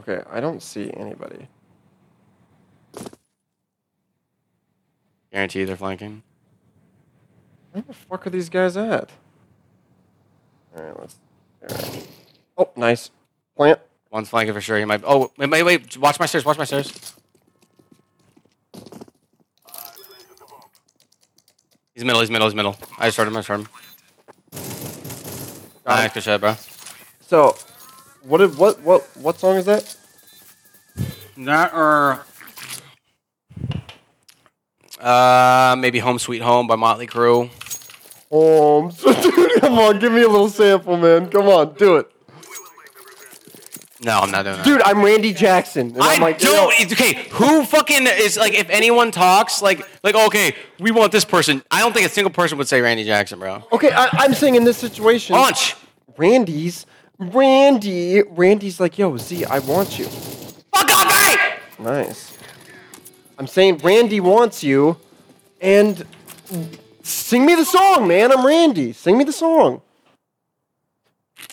Speaker 2: Okay, I don't see anybody.
Speaker 3: Guarantee they're flanking.
Speaker 2: Where the fuck are these guys at? All right, let's. all right. Oh, nice plant.
Speaker 3: One's flanking for sure. He might. Oh, wait, wait, wait. Watch my stairs. Watch my stairs. He's middle. He's middle. He's middle. I just heard him. I just heard him.
Speaker 2: Got it.
Speaker 3: Nice, good shot, bro.
Speaker 2: So, what did what what what song is that?
Speaker 3: That or uh, maybe "Home Sweet Home" by Motley Crue.
Speaker 2: Um, so dude, come on, give me a little sample, man. Come on, do it,
Speaker 3: No, I'm not doing that.
Speaker 2: dude. I'm Randy Jackson, and
Speaker 3: I
Speaker 2: am like,
Speaker 3: don't. e- it's- Okay, who fucking is like? If anyone talks, like, like, okay, we want this person. I don't think a single person would say Randy Jackson, bro.
Speaker 2: Okay, I, I'm saying in this situation,
Speaker 3: Launch.
Speaker 2: Randy's, Randy, Randy's like, yo, Z, I want you.
Speaker 3: Fuck off, hey!
Speaker 2: Nice. I'm saying Randy wants you, and sing me the song, man. I'm Randy. Sing me the song.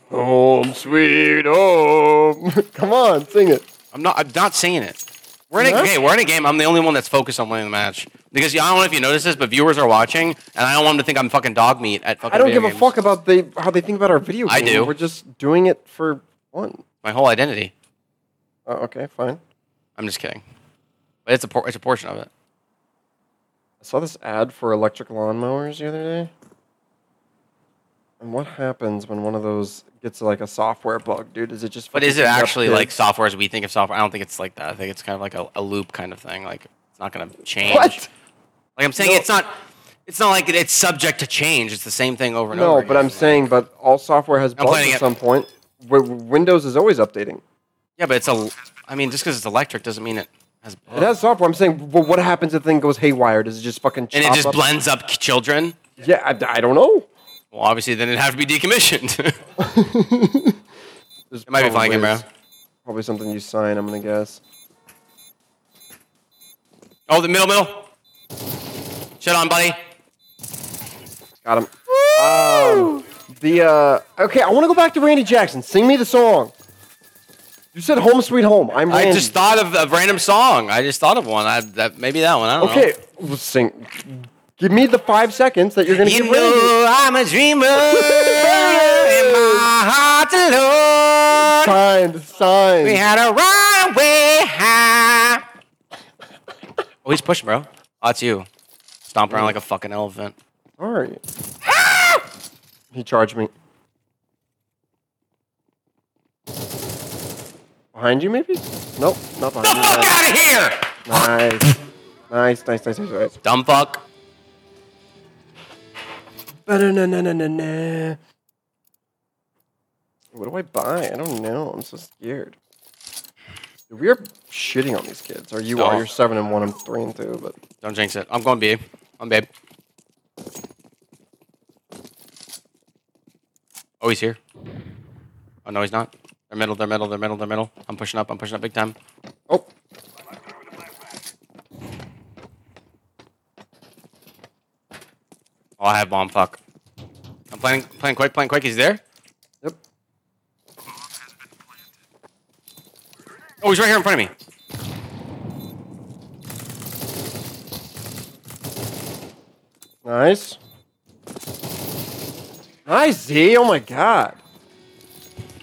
Speaker 2: Home sweet home. Come on, sing it.
Speaker 3: I'm not. I'm not saying it. We're in a,
Speaker 2: Yeah?
Speaker 3: okay, we're in a game. I'm the only one that's focused on winning the match because yeah, I don't know if you noticed this, but viewers are watching, and I don't want them to think I'm fucking dog meat at fucking.
Speaker 2: I don't
Speaker 3: video
Speaker 2: give a
Speaker 3: games.
Speaker 2: fuck about they how they think about our video game.
Speaker 3: I do.
Speaker 2: We're just doing it for fun.
Speaker 3: My whole identity.
Speaker 2: Uh, okay, fine.
Speaker 3: I'm just kidding. But it's a por- it's a portion of it.
Speaker 2: I saw this ad for electric lawnmowers the other day. And what happens when one of those gets like a software bug, dude? Is it just?
Speaker 3: But
Speaker 2: fucking
Speaker 3: is it
Speaker 2: picking up
Speaker 3: actually like
Speaker 2: kids?
Speaker 3: software as we think of software? I don't think it's like that. I think it's kind of like a, a loop kind of thing. Like it's not going to change.
Speaker 2: what?
Speaker 3: Like I'm saying,
Speaker 2: No.
Speaker 3: it's not. It's not like it, it's subject to change. It's the same thing over and over.
Speaker 2: No, but
Speaker 3: again.
Speaker 2: I'm saying, but all software has bugs
Speaker 3: planning
Speaker 2: at
Speaker 3: it.
Speaker 2: some point. W- Windows is always updating.
Speaker 3: yeah, but it's a. I mean, just because it's electric doesn't mean it has.
Speaker 2: It has software. I'm saying, well, what happens if the thing goes haywire? Does it just fucking chop
Speaker 3: and it just
Speaker 2: up?
Speaker 3: blends up k- children.
Speaker 2: yeah, I, I don't know.
Speaker 3: Well, obviously, then it'd have to be decommissioned. it might be flying in, bro.
Speaker 2: Probably something you sign. I'm gonna guess.
Speaker 3: Oh, the middle, middle. Shut on, buddy.
Speaker 2: Got him. Um, the uh, okay, I want to go back to Randy Jackson. Sing me the song. You said "Home Sweet Home." I'm Randy.
Speaker 3: I just thought of a random song. I just thought of one. I, that, maybe that one. I don't
Speaker 2: Okay, well, sing. Give me the five seconds that you're gonna
Speaker 3: know. You
Speaker 2: give Randy.
Speaker 3: know I'm a dreamer. in my heart's alone.
Speaker 2: Signed, signed.
Speaker 3: We had a runaway high. Oh, he's pushing, bro. Oh, it's you. Stomp around like a fucking elephant.
Speaker 2: All right.
Speaker 3: Ah!
Speaker 2: he charged me. Behind you, maybe? Nope, not behind you.
Speaker 3: Fuck out of here!
Speaker 2: Nice. Nice, nice, nice, nice, nice.
Speaker 3: Dumb fuck.
Speaker 2: Ba-da-na-na-na-na-na. What do I buy? I don't know. I'm so scared. We're shitting on these kids. Or you
Speaker 3: Oh.
Speaker 2: are. You're seven and one. I'm three and two. But
Speaker 3: Don't jinx it. I'm going B. I'm babe. Oh, he's here. Oh no, he's not. They're middle. They're middle. They're middle. They're middle. I'm pushing up. I'm pushing up big time.
Speaker 2: oh,
Speaker 3: Oh, I have bomb. Fuck. I'm playing. Playing quick. Playing quick. He's there.
Speaker 2: yep.
Speaker 3: Oh, he's right here in front of me.
Speaker 2: Nice. Nice Z. Oh my god.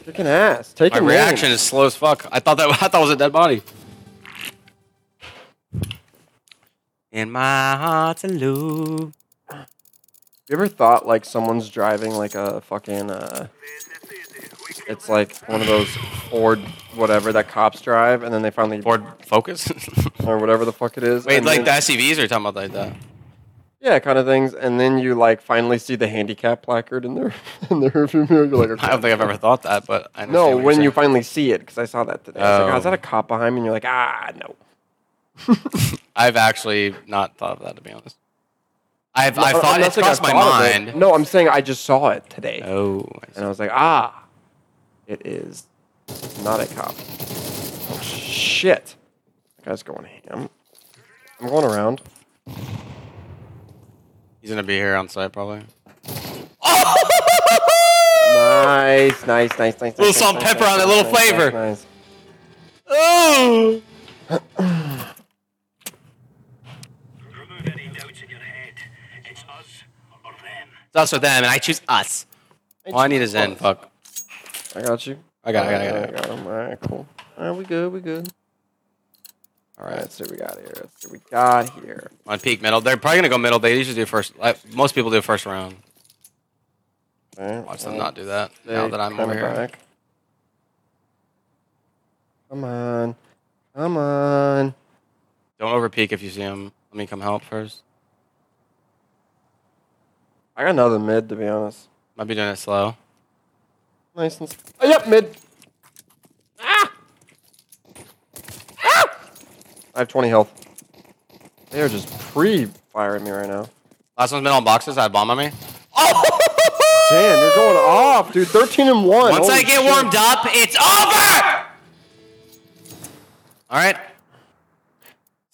Speaker 2: Kicking ass.
Speaker 3: My
Speaker 2: Taking
Speaker 3: reaction is slow as fuck. I thought that I thought it was a dead body. In my heart's a loop.
Speaker 2: You ever thought like someone's driving like a fucking uh it's like one of those Ford whatever that cops drive and then they finally
Speaker 3: Ford Focus.
Speaker 2: or whatever the fuck it is.
Speaker 3: Wait,
Speaker 2: and
Speaker 3: like the
Speaker 2: then-
Speaker 3: SUVs are talking about like that.
Speaker 2: Yeah, kind of things. And then you like finally see the handicap placard in their in the rearview mirror. You're like,
Speaker 3: I don't think I've ever thought that, but I understand
Speaker 2: No,
Speaker 3: what you're
Speaker 2: when you
Speaker 3: saying.
Speaker 2: finally see it, because I saw that today. I was like,
Speaker 3: Oh.
Speaker 2: oh, is that a cop behind me? And you're like, ah, no.
Speaker 3: I've actually not thought of that to be honest. I've I've
Speaker 2: No,
Speaker 3: thought
Speaker 2: I'm not
Speaker 3: it's
Speaker 2: saying I
Speaker 3: crossed my
Speaker 2: thought of it.
Speaker 3: mind.
Speaker 2: No, I'm saying I just saw it today.
Speaker 3: Oh, I see.
Speaker 2: And I was like, ah, it is not a cop. Oh, shit. That guy's going ham. I'm going around.
Speaker 3: he's gonna be here on site probably.
Speaker 2: Nice, nice, nice, nice. Little nice,
Speaker 3: salt and
Speaker 2: nice,
Speaker 3: pepper
Speaker 2: nice,
Speaker 3: on
Speaker 2: nice,
Speaker 3: it, little
Speaker 2: nice, nice,
Speaker 3: flavor.
Speaker 2: Nice.
Speaker 3: Oh.
Speaker 4: Remove any doubts in your head. It's us or them.
Speaker 3: It's us or them, and I choose us. All I need is in. Fuck.
Speaker 2: I got you.
Speaker 3: I got it, I got it, I got it.
Speaker 2: Alright, I got him. All right, cool. All right, we good, we good.
Speaker 3: All
Speaker 2: All right,
Speaker 3: right.
Speaker 2: let's see what we got here. Let's see what we got here.
Speaker 3: On peak middle, they're probably gonna go middle. They usually do first. Like, most people do first round.
Speaker 2: Okay,
Speaker 3: Watch them
Speaker 2: well,
Speaker 3: not do that.
Speaker 2: they
Speaker 3: Now that I'm
Speaker 2: kinda
Speaker 3: over here,
Speaker 2: back. Come on. Come on.
Speaker 3: don't over peak if you see them. Let me come help first.
Speaker 2: I got another mid, to be honest.
Speaker 3: Might be doing it slow.
Speaker 2: Nice and. s- Oh, yep, mid. Ah! Ah! I have 20 health. They are just pre firing me right now.
Speaker 3: Last one's middle on boxes. I have bomb on me.
Speaker 2: Damn, you're going off, dude. 13 and 1.
Speaker 3: Once
Speaker 2: Holy
Speaker 3: I get
Speaker 2: shit.
Speaker 3: warmed up, it's over. All right.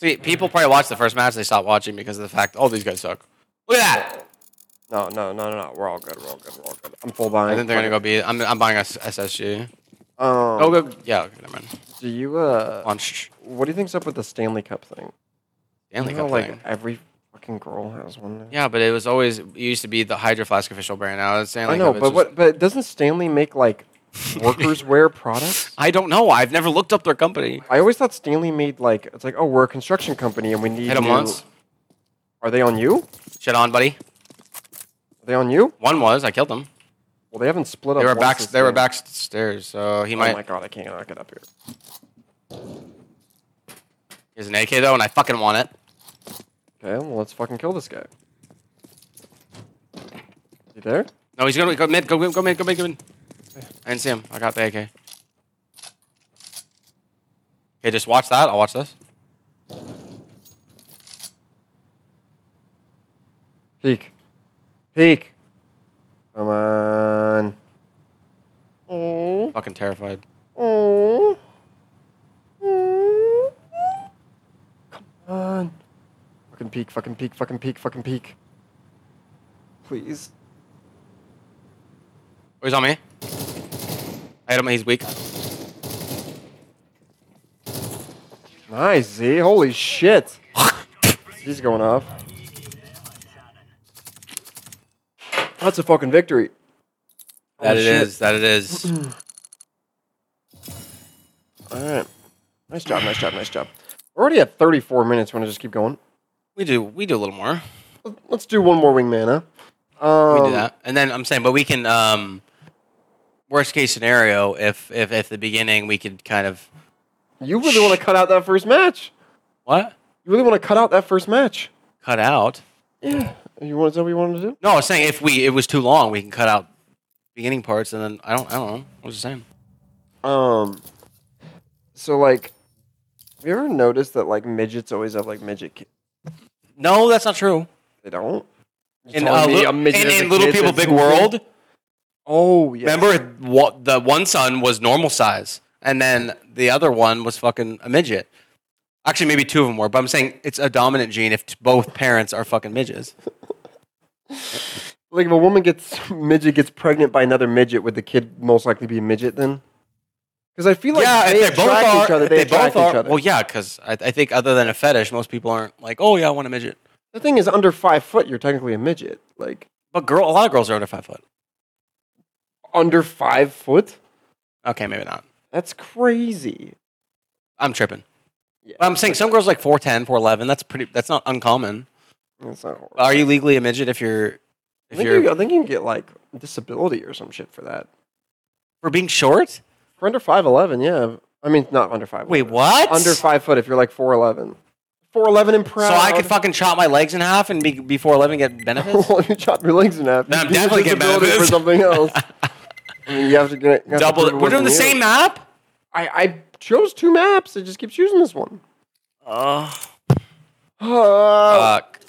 Speaker 3: See, people probably watch the first match. They stop watching because of the fact, oh, these guys suck. Look at that.
Speaker 2: No, no, no, no, no. We're all good. We're all good. We're all good. I'm full
Speaker 3: I
Speaker 2: buying. Um,
Speaker 3: think they're gonna go B. I'm, I'm buying a S- SSG.
Speaker 2: go. Um,
Speaker 3: Oh, go. Yeah, okay, never mind.
Speaker 2: Do you, uh.
Speaker 3: On shh.
Speaker 2: What do you think's up with the Stanley Cup thing?
Speaker 3: Stanley
Speaker 2: You know,
Speaker 3: Cup
Speaker 2: like,
Speaker 3: thing.
Speaker 2: every fucking girl has one now.
Speaker 3: Yeah, but it was always it used to be the Hydro Flask official brand. Now it's Stanley
Speaker 2: I know,
Speaker 3: Cup. It's
Speaker 2: but
Speaker 3: just-
Speaker 2: what? But doesn't Stanley make, like, workers wear products?
Speaker 3: I don't know. I've never looked up their company.
Speaker 2: I always thought Stanley made like it's like oh we're a construction company and we need
Speaker 3: Hit him
Speaker 2: new-
Speaker 3: once.
Speaker 2: Are they on you? Are
Speaker 3: Shit on, buddy.
Speaker 2: they on you?
Speaker 3: One was I killed him.
Speaker 2: Well, they haven't split up.
Speaker 3: They were
Speaker 2: once
Speaker 3: back.
Speaker 2: this
Speaker 3: They were
Speaker 2: game.
Speaker 3: backstairs. So he
Speaker 2: Oh
Speaker 3: might.
Speaker 2: my god, I can't knock it up here.
Speaker 3: He's an AK though, and I fucking want it.
Speaker 2: Okay, well let's fucking kill this guy. You there?
Speaker 3: No, he's gonna go mid. Go, go, go mid. Go mid. Go mid. I didn't see him. I got the AK. Okay, just watch that. I'll watch this.
Speaker 2: Peek. Peek. Come on. Oh.
Speaker 3: Fucking terrified.
Speaker 2: Oh. Oh. Come on. Fucking peek. Fucking peek. Fucking peek. Fucking peek. Please.
Speaker 3: Oh, he's on me. I hit him. He's weak.
Speaker 2: Nice, Z. Holy shit. He's going off. That's a fucking victory.
Speaker 3: That
Speaker 2: Oh,
Speaker 3: it
Speaker 2: shit.
Speaker 3: is. That it is.
Speaker 2: All right. Nice job. Nice job. Nice job. We're already at 34 minutes. Want to just keep going?
Speaker 3: We do. We do a little more.
Speaker 2: Let's do one more wingman, huh?
Speaker 3: We
Speaker 2: Um,
Speaker 3: do that, and then I'm saying, but we can. Um, worst case scenario, if if if the beginning we could kind of
Speaker 2: You really want to cut out that first match?
Speaker 3: what
Speaker 2: You really want to cut out that first match?
Speaker 3: cut out.
Speaker 2: Yeah. You want? Is that what you wanted to do?
Speaker 3: No, I was saying if we it was too long, we can cut out beginning parts, and then I don't I don't know. I was just saying.
Speaker 2: Um. So like, You ever noticed that like midgets always have like midget kids?
Speaker 3: No, that's not true.
Speaker 2: They don't. You're
Speaker 3: In,
Speaker 2: telling
Speaker 3: uh,
Speaker 2: me
Speaker 3: Lit-
Speaker 2: a midget
Speaker 3: in-
Speaker 2: is a
Speaker 3: in Little
Speaker 2: kid
Speaker 3: People
Speaker 2: that's-
Speaker 3: Big World,
Speaker 2: Oh yeah.
Speaker 3: remember what, the one son was normal size, and then the other one was fucking a midget. Actually, maybe two of them were, but I'm saying it's a dominant gene if t- both parents are fucking midgets.
Speaker 2: Like if a woman gets midget gets pregnant by another midget, would the kid most likely be a midget then? Because I feel like
Speaker 3: yeah,
Speaker 2: they,
Speaker 3: if they
Speaker 2: attract
Speaker 3: both are,
Speaker 2: each other.
Speaker 3: if
Speaker 2: They,
Speaker 3: they,
Speaker 2: attract
Speaker 3: both are.
Speaker 2: each other.
Speaker 3: Well, yeah, because I, I think other than a fetish, most people aren't like, oh yeah, I want a midget.
Speaker 2: the thing is, under five foot, you're technically a midget. Like
Speaker 3: But girl, a lot of girls are under five foot.
Speaker 2: under five foot,
Speaker 3: Okay, maybe not.
Speaker 2: that's crazy.
Speaker 3: I'm tripping.
Speaker 2: Yeah.
Speaker 3: But I'm saying some girls are like 4'10", 4'11". That's pretty. That's not uncommon.
Speaker 2: That's not horrible.
Speaker 3: Are you legally a midget if you're
Speaker 2: I
Speaker 3: if
Speaker 2: think,
Speaker 3: you're
Speaker 2: you, I think you can get like disability or some shit for that.
Speaker 3: for being short?
Speaker 2: For under five eleven, yeah. I mean, not under five.
Speaker 3: Wait, what?
Speaker 2: Under five um, foot if you're like four eleven. Four eleven and
Speaker 3: So
Speaker 2: proud.
Speaker 3: I could fucking chop my legs in half and be before eleven get benefits.
Speaker 2: well, you chop your legs in half.
Speaker 3: Then I'm
Speaker 2: You get
Speaker 3: definitely getting
Speaker 2: disability for
Speaker 3: benefits.
Speaker 2: something else. I mean, you have to get you have to
Speaker 3: Double.
Speaker 2: prove it
Speaker 3: We're doing
Speaker 2: wasn't
Speaker 3: the
Speaker 2: you.
Speaker 3: same map.
Speaker 2: I, I chose two maps. I just keep choosing this one.
Speaker 3: Oh
Speaker 2: Uh,
Speaker 3: fuck!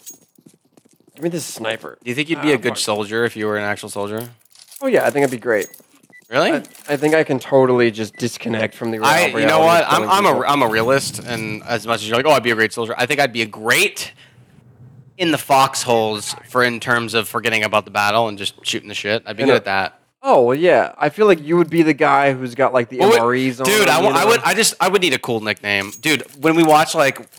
Speaker 2: give me this sniper.
Speaker 3: Do you think you'd be a good soldier if you were an actual soldier?
Speaker 2: Oh yeah, I think it'd be great.
Speaker 3: Really?
Speaker 2: I, I think I can totally just disconnect from the. real
Speaker 3: I, you know
Speaker 2: reality
Speaker 3: what?
Speaker 2: of
Speaker 3: I'm,
Speaker 2: killing
Speaker 3: I'm a,
Speaker 2: people.
Speaker 3: I'm a realist, and as much as you're like, oh, I'd be a great soldier, I think I'd be a great in the foxholes for in terms of forgetting about the battle and just shooting the shit. I'd be
Speaker 2: I
Speaker 3: good
Speaker 2: know.
Speaker 3: at that.
Speaker 2: Oh well, yeah. I feel like you would be the guy who's got like the
Speaker 3: But wait,
Speaker 2: MREs on.
Speaker 3: dude, I,
Speaker 2: you
Speaker 3: wa- I
Speaker 2: know?
Speaker 3: would, I just, I would need a cool nickname, dude. When we watch like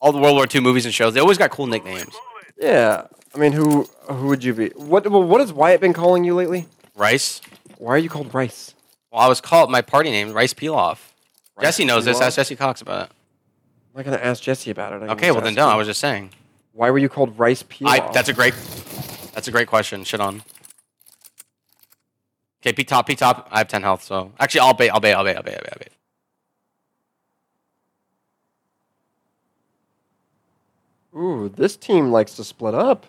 Speaker 3: all the World War II movies and shows, they always got cool nicknames,
Speaker 2: Yeah. I mean, who who would you be? What well, what has Wyatt been calling you lately?
Speaker 3: Rice.
Speaker 2: Why are you called Rice?
Speaker 3: Well, I was called my party name, Rice Pilaf.
Speaker 2: Rice
Speaker 3: Jesse knows this.
Speaker 2: Pilaf?
Speaker 3: Ask Jesse Cox about it.
Speaker 2: I'm not gonna ask Jesse about it. I can
Speaker 3: Okay,
Speaker 2: just
Speaker 3: well then
Speaker 2: ask
Speaker 3: don't.
Speaker 2: him.
Speaker 3: I was just saying.
Speaker 2: Why were you called Rice Pilaf?
Speaker 3: I, that's a great. That's a great question. Shit on. Okay, peak top, peak top. I have ten health, so actually, I'll bait, I'll bait, I'll bait, I'll bait, I'll bait. I'll bait.
Speaker 2: Ooh, this team likes to split up.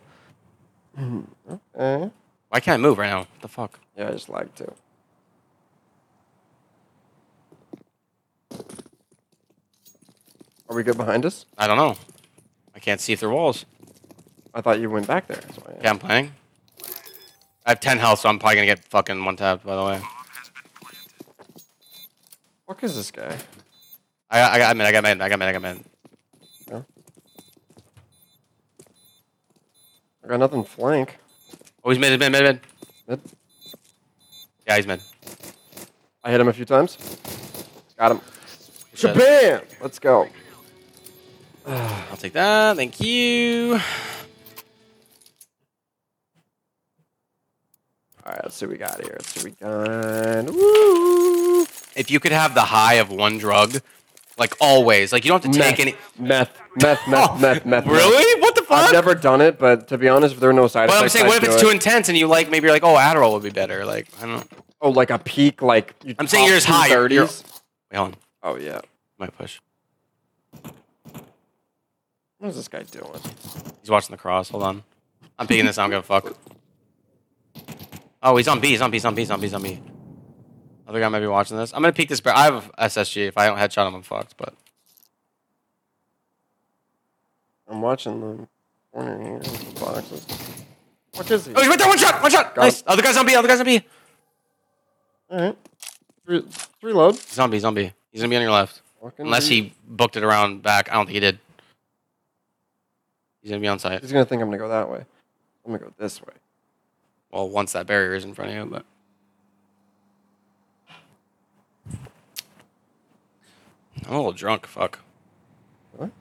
Speaker 2: okay.
Speaker 3: Why can't I move right now? What the fuck?
Speaker 2: Yeah, I just like to. Are we good behind us?
Speaker 3: I don't know. I can't see through walls.
Speaker 2: I thought you went back there. That's why I
Speaker 3: Okay, I'm playing. I have ten health, so I'm probably gonna get fucking one tap. By the way,
Speaker 2: Fuck is this guy?
Speaker 3: I, I, got- I mean, I got mid, I got mid, I got mid.
Speaker 2: No? I got nothing flank.
Speaker 3: Oh, he's mid, he's mid, mid, mid.
Speaker 2: That-
Speaker 3: Yeah, he's mid.
Speaker 2: I hit him a few times. Got him.
Speaker 3: Good shit.
Speaker 2: Shabam! Let's go.
Speaker 3: I'll take that. Thank you.
Speaker 2: All right, let's see what we got here. Let's see what we got. Woo!
Speaker 3: If you could have the high of one drug, like always, like you don't have to take any. Oh,
Speaker 2: meth, meth, meth, meth, meth.
Speaker 3: Really? What the fuck?
Speaker 2: I've never done it, but to be honest, if there are no side
Speaker 3: But I'm
Speaker 2: effects,
Speaker 3: saying, what
Speaker 2: I'd
Speaker 3: if it's
Speaker 2: do
Speaker 3: too
Speaker 2: it.
Speaker 3: intense and you like maybe you're like, oh, Adderall would be better. Like, I don't. know.
Speaker 2: Oh, like a peak, like you
Speaker 3: I'm saying
Speaker 2: top
Speaker 3: yours high, you're-
Speaker 2: 230s?
Speaker 3: Wait, hold on.
Speaker 2: Oh yeah.
Speaker 3: Might push.
Speaker 2: What is this guy doing?
Speaker 3: He's watching the cross. Hold on. I'm picking this. I don't give a fuck. Oh, he's on B. He's on B. He's on B. He's on B. He's on B. Other guy might be watching this. I'm gonna peek this bear. I have a SSG. If I don't headshot him, I'm fucked. But
Speaker 2: I'm watching the corner here. The boxes. What is he?
Speaker 3: oh, he's right there. One shot. One shot.
Speaker 2: Got
Speaker 3: nice.
Speaker 2: him.
Speaker 3: Other guy's on B. Other guy's on B.
Speaker 2: All right. Re- reload.
Speaker 3: He's on B. He's on B. He's gonna be on your left.
Speaker 2: Fucking
Speaker 3: Unless
Speaker 2: re-
Speaker 3: he booked it around back. I don't think he did. He's gonna be on site.
Speaker 2: He's gonna think I'm gonna go that way. I'm gonna go this way.
Speaker 3: Well, once that barrier is in front of you, but. I'm a little drunk, fuck.
Speaker 2: What?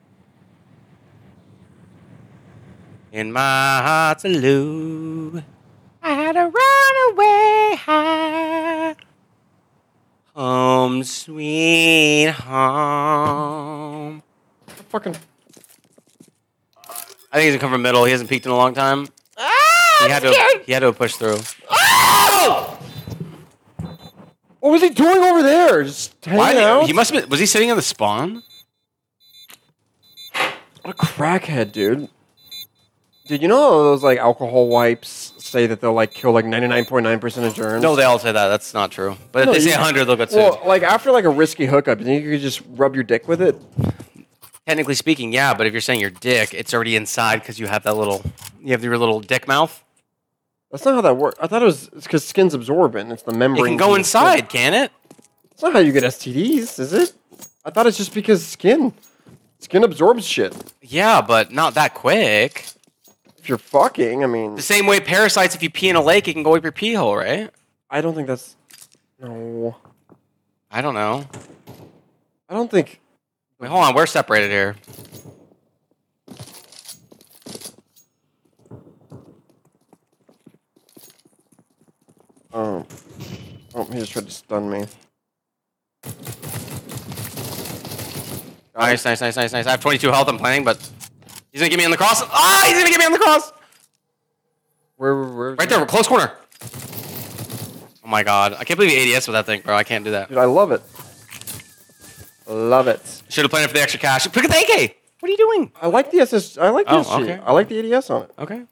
Speaker 3: In my heart's a loo. I had a runaway high. Home sweet home.
Speaker 2: Fucking.
Speaker 3: I think he's gonna come from middle. He hasn't peaked in a long time. he had to. He had to push through.
Speaker 2: What was he doing over there? Just hanging
Speaker 3: Why?
Speaker 2: out.
Speaker 3: He must. Have been, was he sitting in the spawn?
Speaker 2: What a crackhead, dude. Dude, you know how those like alcohol wipes say that they'll like kill like 99.9% of germs?
Speaker 3: No, they all say that. That's not true. But if
Speaker 2: No,
Speaker 3: they say
Speaker 2: you-
Speaker 3: 100, they'll get sued.
Speaker 2: Well, like after like a risky hookup, you think you could just rub your dick with it?
Speaker 3: Technically speaking, yeah, but if you're saying your dick, it's already inside because you have that little, you have your little dick mouth.
Speaker 2: That's not how that works. I thought it was because skin's absorbent. It's the membrane.
Speaker 3: It can go inside, can it?
Speaker 2: That's not how you get STDs, is it? I thought it's just because skin. Skin absorbs shit.
Speaker 3: Yeah, but not that quick.
Speaker 2: If you're fucking, I mean,
Speaker 3: The same way parasites, if you pee in a lake, it can go up your pee hole, right?
Speaker 2: I don't think that's. No,
Speaker 3: I don't know.
Speaker 2: I don't think.
Speaker 3: Wait, hold on, we're separated here.
Speaker 2: Oh, oh, he just tried to stun me.
Speaker 3: Nice, nice, nice, nice, nice. I have 22 health. I'm planning, but he's gonna get me on the cross. Ah, he's gonna get me on the cross.
Speaker 2: Where, where, where?
Speaker 3: Right there, close corner. Oh my god, I can't believe he ADS with that thing, bro. I can't do that.
Speaker 2: Dude, I love it. Love it.
Speaker 3: Should have planned for the extra cash. Pick up the AK. What are you doing?
Speaker 2: I like the SS. I like the
Speaker 3: Oh,
Speaker 2: SG.
Speaker 3: okay.
Speaker 2: I like the ADS on it.
Speaker 3: Okay.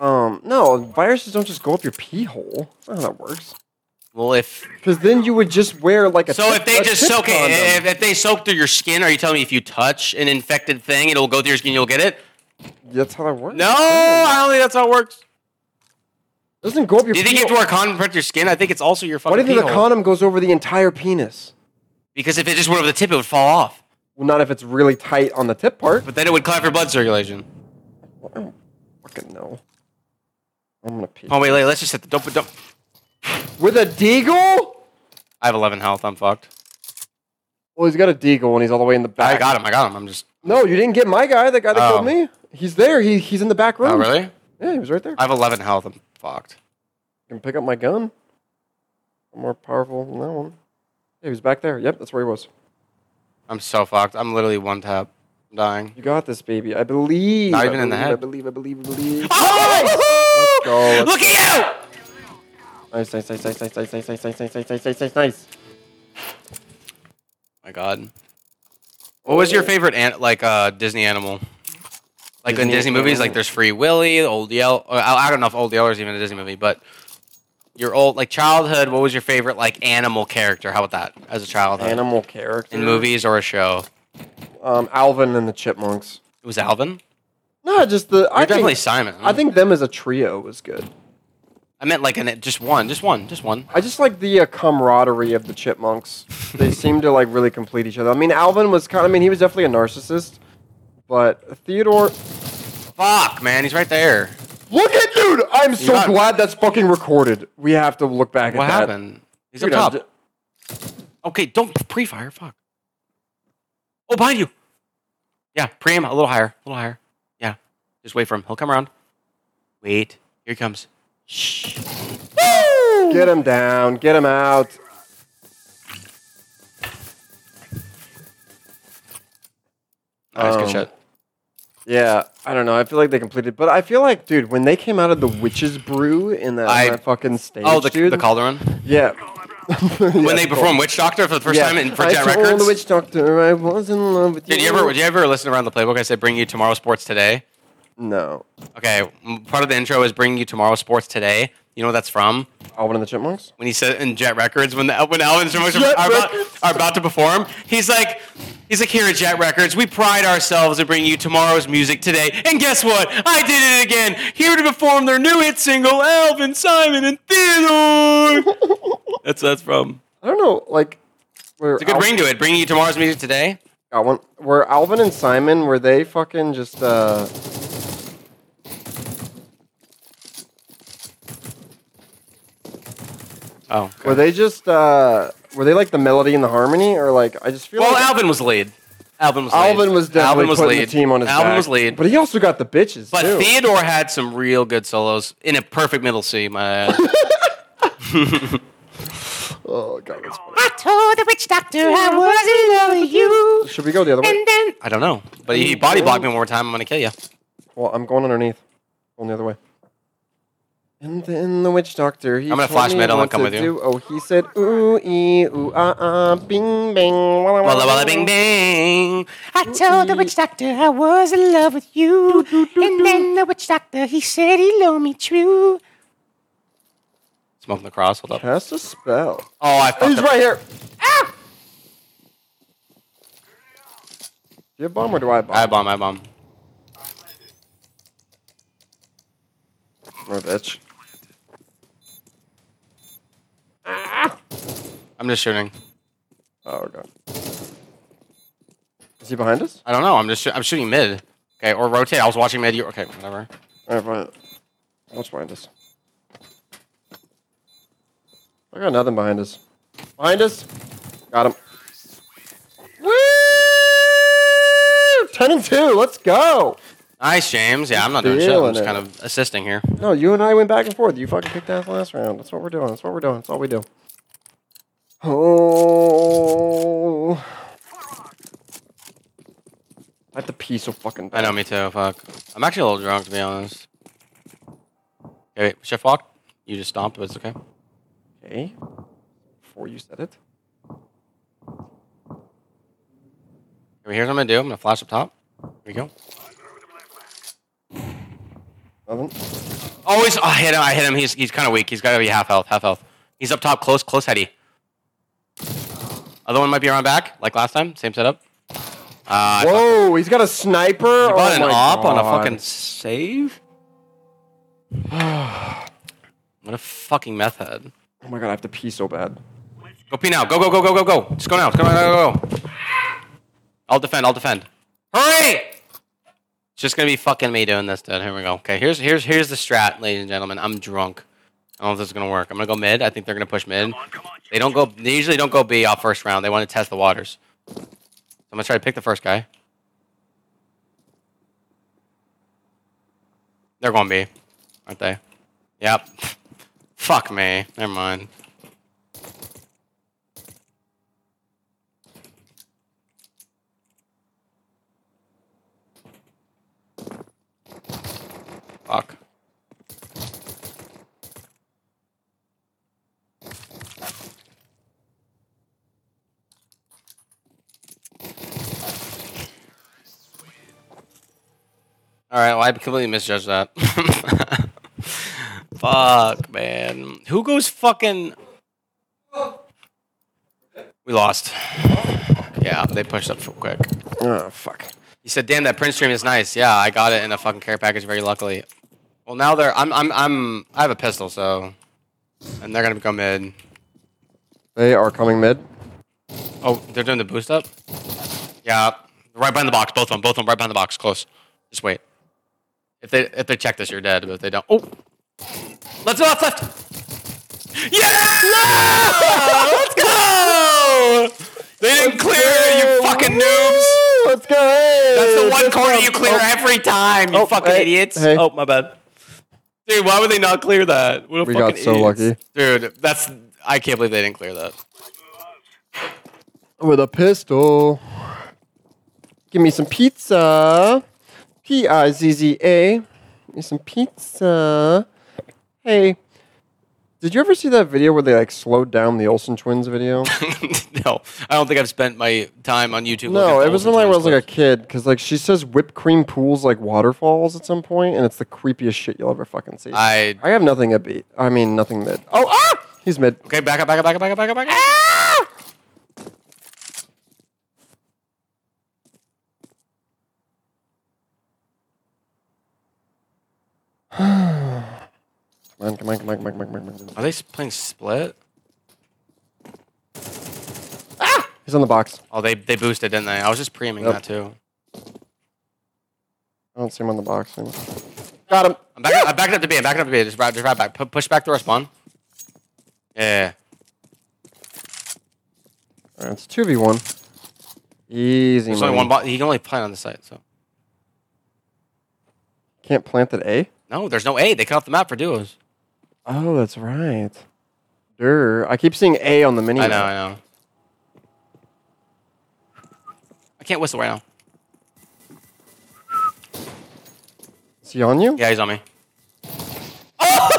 Speaker 2: Um, no, viruses don't just go up your pee hole. That's not how that works.
Speaker 3: Well, if
Speaker 2: Because then you would just wear like a.
Speaker 3: so,
Speaker 2: tit-
Speaker 3: if they
Speaker 2: a
Speaker 3: just
Speaker 2: tit
Speaker 3: soak
Speaker 2: condom.
Speaker 3: it, if, if they soak through your skin, are you telling me if you touch an infected thing, it'll go through your skin, you'll get it?
Speaker 2: That's how that works.
Speaker 3: No, I don't think that's how it works.
Speaker 2: It doesn't go up your.
Speaker 3: Do you
Speaker 2: pee
Speaker 3: think you have to
Speaker 2: hole.
Speaker 3: wear a condom to protect your skin? I think it's also your
Speaker 2: Why do
Speaker 3: fucking
Speaker 2: you think
Speaker 3: pee
Speaker 2: the
Speaker 3: hole.
Speaker 2: condom goes over the entire penis?
Speaker 3: Because if it just went over the tip, it would fall off.
Speaker 2: Well, not if it's really tight on the tip part.
Speaker 3: But then it would clamp your blood circulation.
Speaker 2: Well, I don't fucking know. I'm gonna pee.
Speaker 3: Oh wait, wait, let's just hit the don't, don't.
Speaker 2: With a deagle?
Speaker 3: I have 11 health. I'm fucked.
Speaker 2: Well, Oh, he's got a deagle and he's all the way in the back.
Speaker 3: I got him. I got him. I'm just.
Speaker 2: No, you didn't get my guy. The guy that
Speaker 3: Oh.
Speaker 2: killed me. He's there. He, he's in the back room.
Speaker 3: Oh really?
Speaker 2: Yeah, he was right there.
Speaker 3: I have 11 health. I'm fucked.
Speaker 2: can pick up my gun. I'm more powerful than that one. Yeah, he was back there. Yep, that's where he was.
Speaker 3: I'm so fucked. I'm literally one tap. I'm dying.
Speaker 2: You got this, baby. I believe.
Speaker 3: Not
Speaker 2: I
Speaker 3: even in the
Speaker 2: believe,
Speaker 3: head.
Speaker 2: I believe. I believe. I believe.
Speaker 3: Oh!
Speaker 2: go, let's-
Speaker 3: Look at you!
Speaker 2: Nice, nice, nice, nice, nice, nice, nice, nice, nice, nice, nice, nice, nice, nice, nice.
Speaker 3: my god. What was your favorite an- like uh, Disney animal? Like in
Speaker 2: Disney
Speaker 3: Disney movies, like
Speaker 2: animal.
Speaker 3: there's Free Willy, Old Yellow. Or, I I don't know if Old Yellow's even a Disney movie, but your old like childhood. What was your favorite like animal character? How about that as a child?
Speaker 2: Animal character.
Speaker 3: Uh, in movies or a show?
Speaker 2: Um, Alvin and the Chipmunks.
Speaker 3: It was Alvin. You're
Speaker 2: No, just the. I
Speaker 3: definitely
Speaker 2: think,
Speaker 3: Simon.
Speaker 2: I think them as a trio was good.
Speaker 3: I meant like an just one, just one, just one.
Speaker 2: I just like the uh, camaraderie of the Chipmunks. they seem to like really complete each other. I mean, Alvin was kind. I mean, he was definitely a narcissist, but Theodore.
Speaker 3: Fuck, man, he's right there.
Speaker 2: Look at dude! I'm so
Speaker 3: got-
Speaker 2: glad that's fucking recorded. We have to look back
Speaker 3: What
Speaker 2: at that.
Speaker 3: happened? He's
Speaker 2: Dude,
Speaker 3: up
Speaker 2: I'm
Speaker 3: top. Okay, don't pre-fire. Fuck. Oh, behind you. Yeah, pre-aim a little higher, a little higher. Yeah, just wait for him. He'll come around. Wait, here he comes. Shh.
Speaker 2: d- get him down. Get him out.
Speaker 3: Nice, Oh, good
Speaker 2: Um,
Speaker 3: shot.
Speaker 2: Yeah, I don't know. I feel like they completed, but I feel like, dude, when they came out of the witch's brew in that,
Speaker 3: I-
Speaker 2: that fucking stage,
Speaker 3: Oh, the,
Speaker 2: dude,
Speaker 3: the Calderon.
Speaker 2: Yeah.
Speaker 3: When they performed Witch Doctor for the first time in for Jet
Speaker 2: I told
Speaker 3: Records.
Speaker 2: the witch doctor I was in love with you.
Speaker 3: Did you ever? Did you ever listen around the playbook? I said bring you tomorrow sports today.
Speaker 2: No.
Speaker 3: Okay, m- part of the intro is bringing you tomorrow sports today. You know what that's from?
Speaker 2: Alvin and the Chipmunks?
Speaker 3: When he said in Jet Records, when the, when Alvin's are,
Speaker 2: Jet
Speaker 3: are, about,
Speaker 2: Records.
Speaker 3: are about to perform, he's like, he's like, here at Jet Records, we pride ourselves in bringing you tomorrow's music today. And guess what? I did it again. Here to perform their new hit single, Alvin, Simon, and Theodore. that's that's from.
Speaker 2: I don't know, like where
Speaker 3: It's a good ring to it. Bringing you tomorrow's music today.
Speaker 2: got one. Were Alvin and Simon were they fucking just uh
Speaker 3: Oh.
Speaker 2: were they just uh were they like the melody and the harmony or like I just feel
Speaker 3: Well,
Speaker 2: like
Speaker 3: Alvin was lead. Alvin was lead.
Speaker 2: Alvin was definitely
Speaker 3: Alvin was
Speaker 2: putting
Speaker 3: lead.
Speaker 2: the team on his
Speaker 3: Alvin
Speaker 2: back.
Speaker 3: was lead.
Speaker 2: But he also got the bitches
Speaker 3: But
Speaker 2: too.
Speaker 3: Theodore had some real good solos in a perfect middle C. My ass.
Speaker 2: oh god. That's funny.
Speaker 5: I told the witch doctor I was in love with you.
Speaker 2: Should we go the other way?
Speaker 5: And then
Speaker 3: I don't know, but he body blocked me one more time. I'm gonna kill you.
Speaker 2: Well, I'm going underneath. Going the other way. And then the witch doctor. He
Speaker 3: I'm gonna
Speaker 2: told
Speaker 3: flash
Speaker 2: me
Speaker 3: metal and
Speaker 2: what
Speaker 3: come
Speaker 2: to
Speaker 3: with you.
Speaker 2: do. Oh, he said ooh ee ooh ah ah bing bing walla
Speaker 3: Walla walla bing bing.
Speaker 5: I told the witch doctor I was in love with you. And then the witch doctor he said he loved me true.
Speaker 3: Smoking the cross. Hold up.
Speaker 2: Cast a spell.
Speaker 3: Oh,
Speaker 2: Ah!
Speaker 3: I fucked
Speaker 2: He's
Speaker 3: up.
Speaker 2: right here. Do you have bomb or do I have bomb?
Speaker 3: I bomb, I bomb.
Speaker 2: Oh, bitch.
Speaker 3: I'm just shooting.
Speaker 2: Oh, God. Is he behind us?
Speaker 3: I don't know. I'm just shoo- I'm shooting mid. Okay, or rotate. I was watching mid. you- Okay, whatever.
Speaker 2: All right, fine. What's behind us? I got nothing behind us. Behind us? Got him. Woo! 10 and 2. Let's go.
Speaker 3: Nice, James. Yeah, I'm not doing shit.
Speaker 2: Feeling
Speaker 3: I'm just
Speaker 2: it.
Speaker 3: kind of assisting here.
Speaker 2: No, you and I went back and forth. You fucking kicked ass last round. That's what we're doing. That's what we're doing. That's all we do. Oh. I have to pee so fucking
Speaker 3: I
Speaker 2: bad.
Speaker 3: know, me too. Fuck. I'm actually a little drunk, to be honest. Okay, wait, Chef Walk, you just stomped, but it's okay.
Speaker 2: Okay. eh? Before you said it.
Speaker 3: Okay, Here's what I'm gonna do. I'm gonna flash up top. Here we go.
Speaker 2: Nothing.
Speaker 3: Oh, he's, oh, I hit him. I hit him. He's, he's kind of weak. He's got to be half health. Half health. He's up top, close, close heady. Other one might be around back, like last time. Same setup. Uh, I
Speaker 2: Whoa, he's got a sniper.
Speaker 3: fucking-
Speaker 2: oh
Speaker 3: bought an
Speaker 2: my
Speaker 3: op on a
Speaker 2: God.
Speaker 3: fucking save. what a fucking meth head.
Speaker 2: Oh my god, I have to pee so bad.
Speaker 3: Go pee now. Go, go, go, go, go, go. Just go now. Just go, go, go, go, go. I'll defend. I'll defend. Hurry! It's just gonna be fucking me doing this, dude. Here we go. Okay, here's here's here's the strat, ladies and gentlemen. I'm drunk. I don't know if this is gonna work. I'm gonna go mid. I think they're gonna push mid. They don't go. They usually don't go B off first round. They want to test the waters. So I'm gonna try to pick the first guy. They're going B, aren't they? Yep. Fuck me. Never mind. Fuck. All right, well, I completely misjudged that. Fuck, man. Who goes fucking. We lost. Yeah, they pushed up real quick.
Speaker 2: Oh fuck.
Speaker 3: He said, "Damn, that print stream is nice. Yeah, I got it in a fucking care package. Very luckily. Well, now they're. I'm. I'm. I'm. I have a pistol, so, and they're gonna go mid.
Speaker 2: They are coming mid.
Speaker 3: Oh, they're doing the boost up. Yeah, right behind the box. Both of them. Both of them. Right behind the box. Close. Just wait. If they if they check this, you're dead. But if they don't, oh, let's go left. left. Yeah! let's go. They didn't clear it, you fucking noobs.
Speaker 2: Let's go. Hey,
Speaker 3: That's the one
Speaker 2: let's
Speaker 3: corner
Speaker 2: go.
Speaker 3: you clear
Speaker 2: Oh,
Speaker 3: every time, you
Speaker 2: Oh,
Speaker 3: fucking
Speaker 2: hey,
Speaker 3: idiots.
Speaker 2: hey.
Speaker 3: Oh, my bad. Dude, why would they not clear that? What a
Speaker 2: We
Speaker 3: fucking
Speaker 2: got so
Speaker 3: idiots. Dude, that's I can't believe they didn't clear that.
Speaker 2: With a pistol. Give me some pizza. P I Z Z A. Give me some pizza. Hey. Did you ever see that video where they like slowed down the Olsen twins video?
Speaker 3: no, I don't think I've spent my time on YouTube.
Speaker 2: No,
Speaker 3: looking
Speaker 2: it was
Speaker 3: at
Speaker 2: when I
Speaker 3: Olsen
Speaker 2: was like a
Speaker 3: clips.
Speaker 2: kid, because like she says whipped cream pools like waterfalls at some point, and it's the creepiest shit you'll ever fucking see.
Speaker 3: I-
Speaker 2: I have nothing at beat. I mean nothing mid. Oh ah, he's mid.
Speaker 3: Okay, back up, back up, back up, back up, back up, back up.
Speaker 2: Come on, come on, come on, come on, come on, come on, come on.
Speaker 3: Are they s- playing split?
Speaker 2: He's on the box.
Speaker 3: Oh, they they boosted, didn't they? I was just preeming
Speaker 2: Yep.
Speaker 3: that too.
Speaker 2: I don't see him on the box anymore. Got him.
Speaker 3: I'm back. I'm backing up to B. I'm backing up to B. Just right, just right back. Pu- push back the respawn. Yeah.
Speaker 2: All right, it's two v one. Easy.
Speaker 3: There's only
Speaker 2: money.
Speaker 3: one. Bo- he can only play on the site. So
Speaker 2: Can't plant at A.
Speaker 3: no, there's no A. They cut off the map for duos.
Speaker 2: Oh, that's right. Durr. I keep seeing A on the mini.
Speaker 3: I know, I know. I can't whistle right now.
Speaker 2: Is he on you?
Speaker 3: Yeah, he's on me.
Speaker 2: Nice,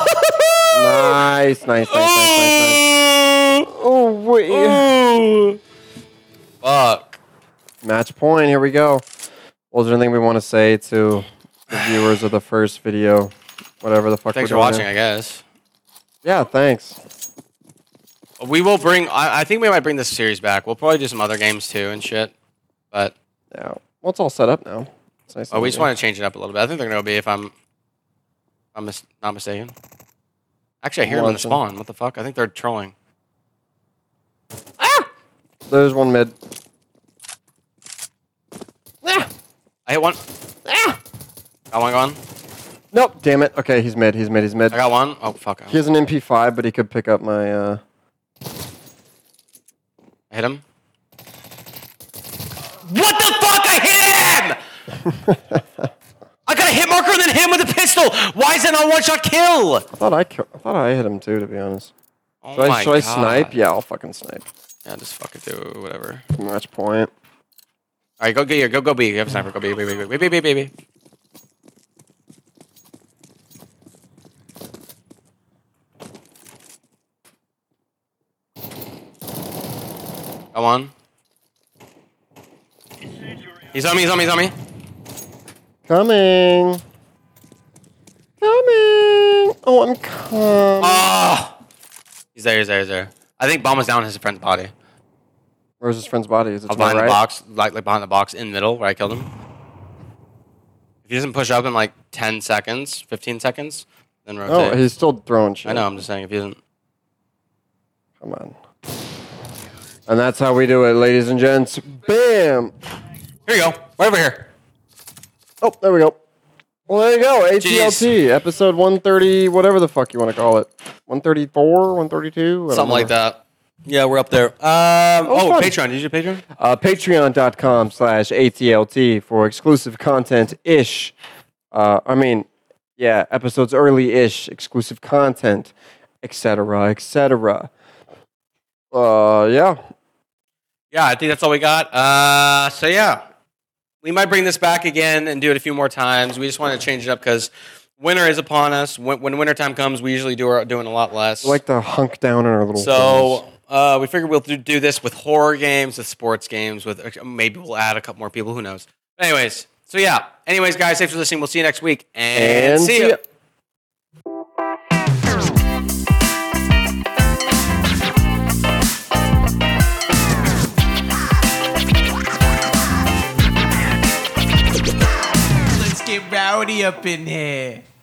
Speaker 2: nice, nice, nice, nice, nice. Oh wait.
Speaker 3: Fuck.
Speaker 2: Match point. Here we go. Well, is there anything we want to say to the viewers of the first video? Whatever the fuck.
Speaker 3: Thanks
Speaker 2: we're
Speaker 3: for
Speaker 2: doing
Speaker 3: watching,
Speaker 2: here.
Speaker 3: I guess.
Speaker 2: Yeah, thanks.
Speaker 3: We will bring, I, I think we might bring this series back. We'll probably do some other games too and shit. But
Speaker 2: Yeah. Well, it's all set up now. It's nice.
Speaker 3: Oh,
Speaker 2: and
Speaker 3: we just
Speaker 2: easy.
Speaker 3: want to change it up a little bit. I think they're going to be, if I'm, if I'm mis- not mistaken. Actually, I hear them in the
Speaker 2: Watson.
Speaker 3: spawn. What the fuck? I think they're trolling.
Speaker 2: There's one mid.
Speaker 3: I hit one. Ah! Got one gone.
Speaker 2: Nope. Damn it. Okay, he's mid. He's mid. He's mid.
Speaker 3: I got one. Oh fuck! I
Speaker 2: He has an MP5, but he could pick up my. uh
Speaker 3: hit him. What the fuck? I hit him! I got a hit marker and then hit him with a pistol. Why is that not a one shot kill?
Speaker 2: I thought I. Ki- I thought I hit him too. To be honest.
Speaker 3: Oh
Speaker 2: Should, I,
Speaker 3: my
Speaker 2: should I
Speaker 3: God.
Speaker 2: snipe? Yeah, I'll fucking snipe.
Speaker 3: Yeah, just fucking do whatever.
Speaker 2: Match point.
Speaker 3: All right, go get your go go B. You have a sniper. Go B, B, B, B, B, B, B, B. Come on. He's on me. He's on me. He's on me.
Speaker 2: Coming. Coming. Oh, I'm coming.
Speaker 3: Oh, he's there. He's there. He's there. I think bomb is down in his friend's body.
Speaker 2: Where's his friend's body? Is it
Speaker 3: I was
Speaker 2: to my
Speaker 3: behind
Speaker 2: right?
Speaker 3: the box, like, like behind the box in the middle where I killed him. If he doesn't push up in like 10 seconds, 15 seconds, then rotate.
Speaker 2: Oh, he's still throwing shit.
Speaker 3: I know. I'm just saying if he doesn't.
Speaker 2: Come on. And that's how we do it, ladies and gents. Bam.
Speaker 3: Here you go. Right over here.
Speaker 2: Oh, there we go. Well, there you go. ATLT, episode 130, whatever the fuck you want to call it. 134, 132? I don't
Speaker 3: Something like
Speaker 2: remember.
Speaker 3: that. Yeah, we're up there. Um, oh,
Speaker 2: fun.
Speaker 3: Patreon. Did you do Patreon?
Speaker 2: Uh, Patreon.com slash ATLT for exclusive content ish. Uh, I mean, yeah, episodes early ish, exclusive content, etc., etc. Uh, yeah.
Speaker 3: Yeah, I think that's all we got. Uh, so yeah, we might bring this back again and do it a few more times. We just want to change it up because winter is upon us. When, when winter time comes, we usually do our, doing a lot less.
Speaker 2: We like to hunk down in our little. things.
Speaker 3: so uh, we figured we'll do, do this with horror games, with sports games, with uh, maybe we'll add a couple more people. Who knows? But anyways, so yeah. Anyways, guys, thanks for listening. We'll see you next week and,
Speaker 2: And
Speaker 3: see
Speaker 2: see
Speaker 3: you.
Speaker 2: ya.
Speaker 1: Let's get rowdy up in here.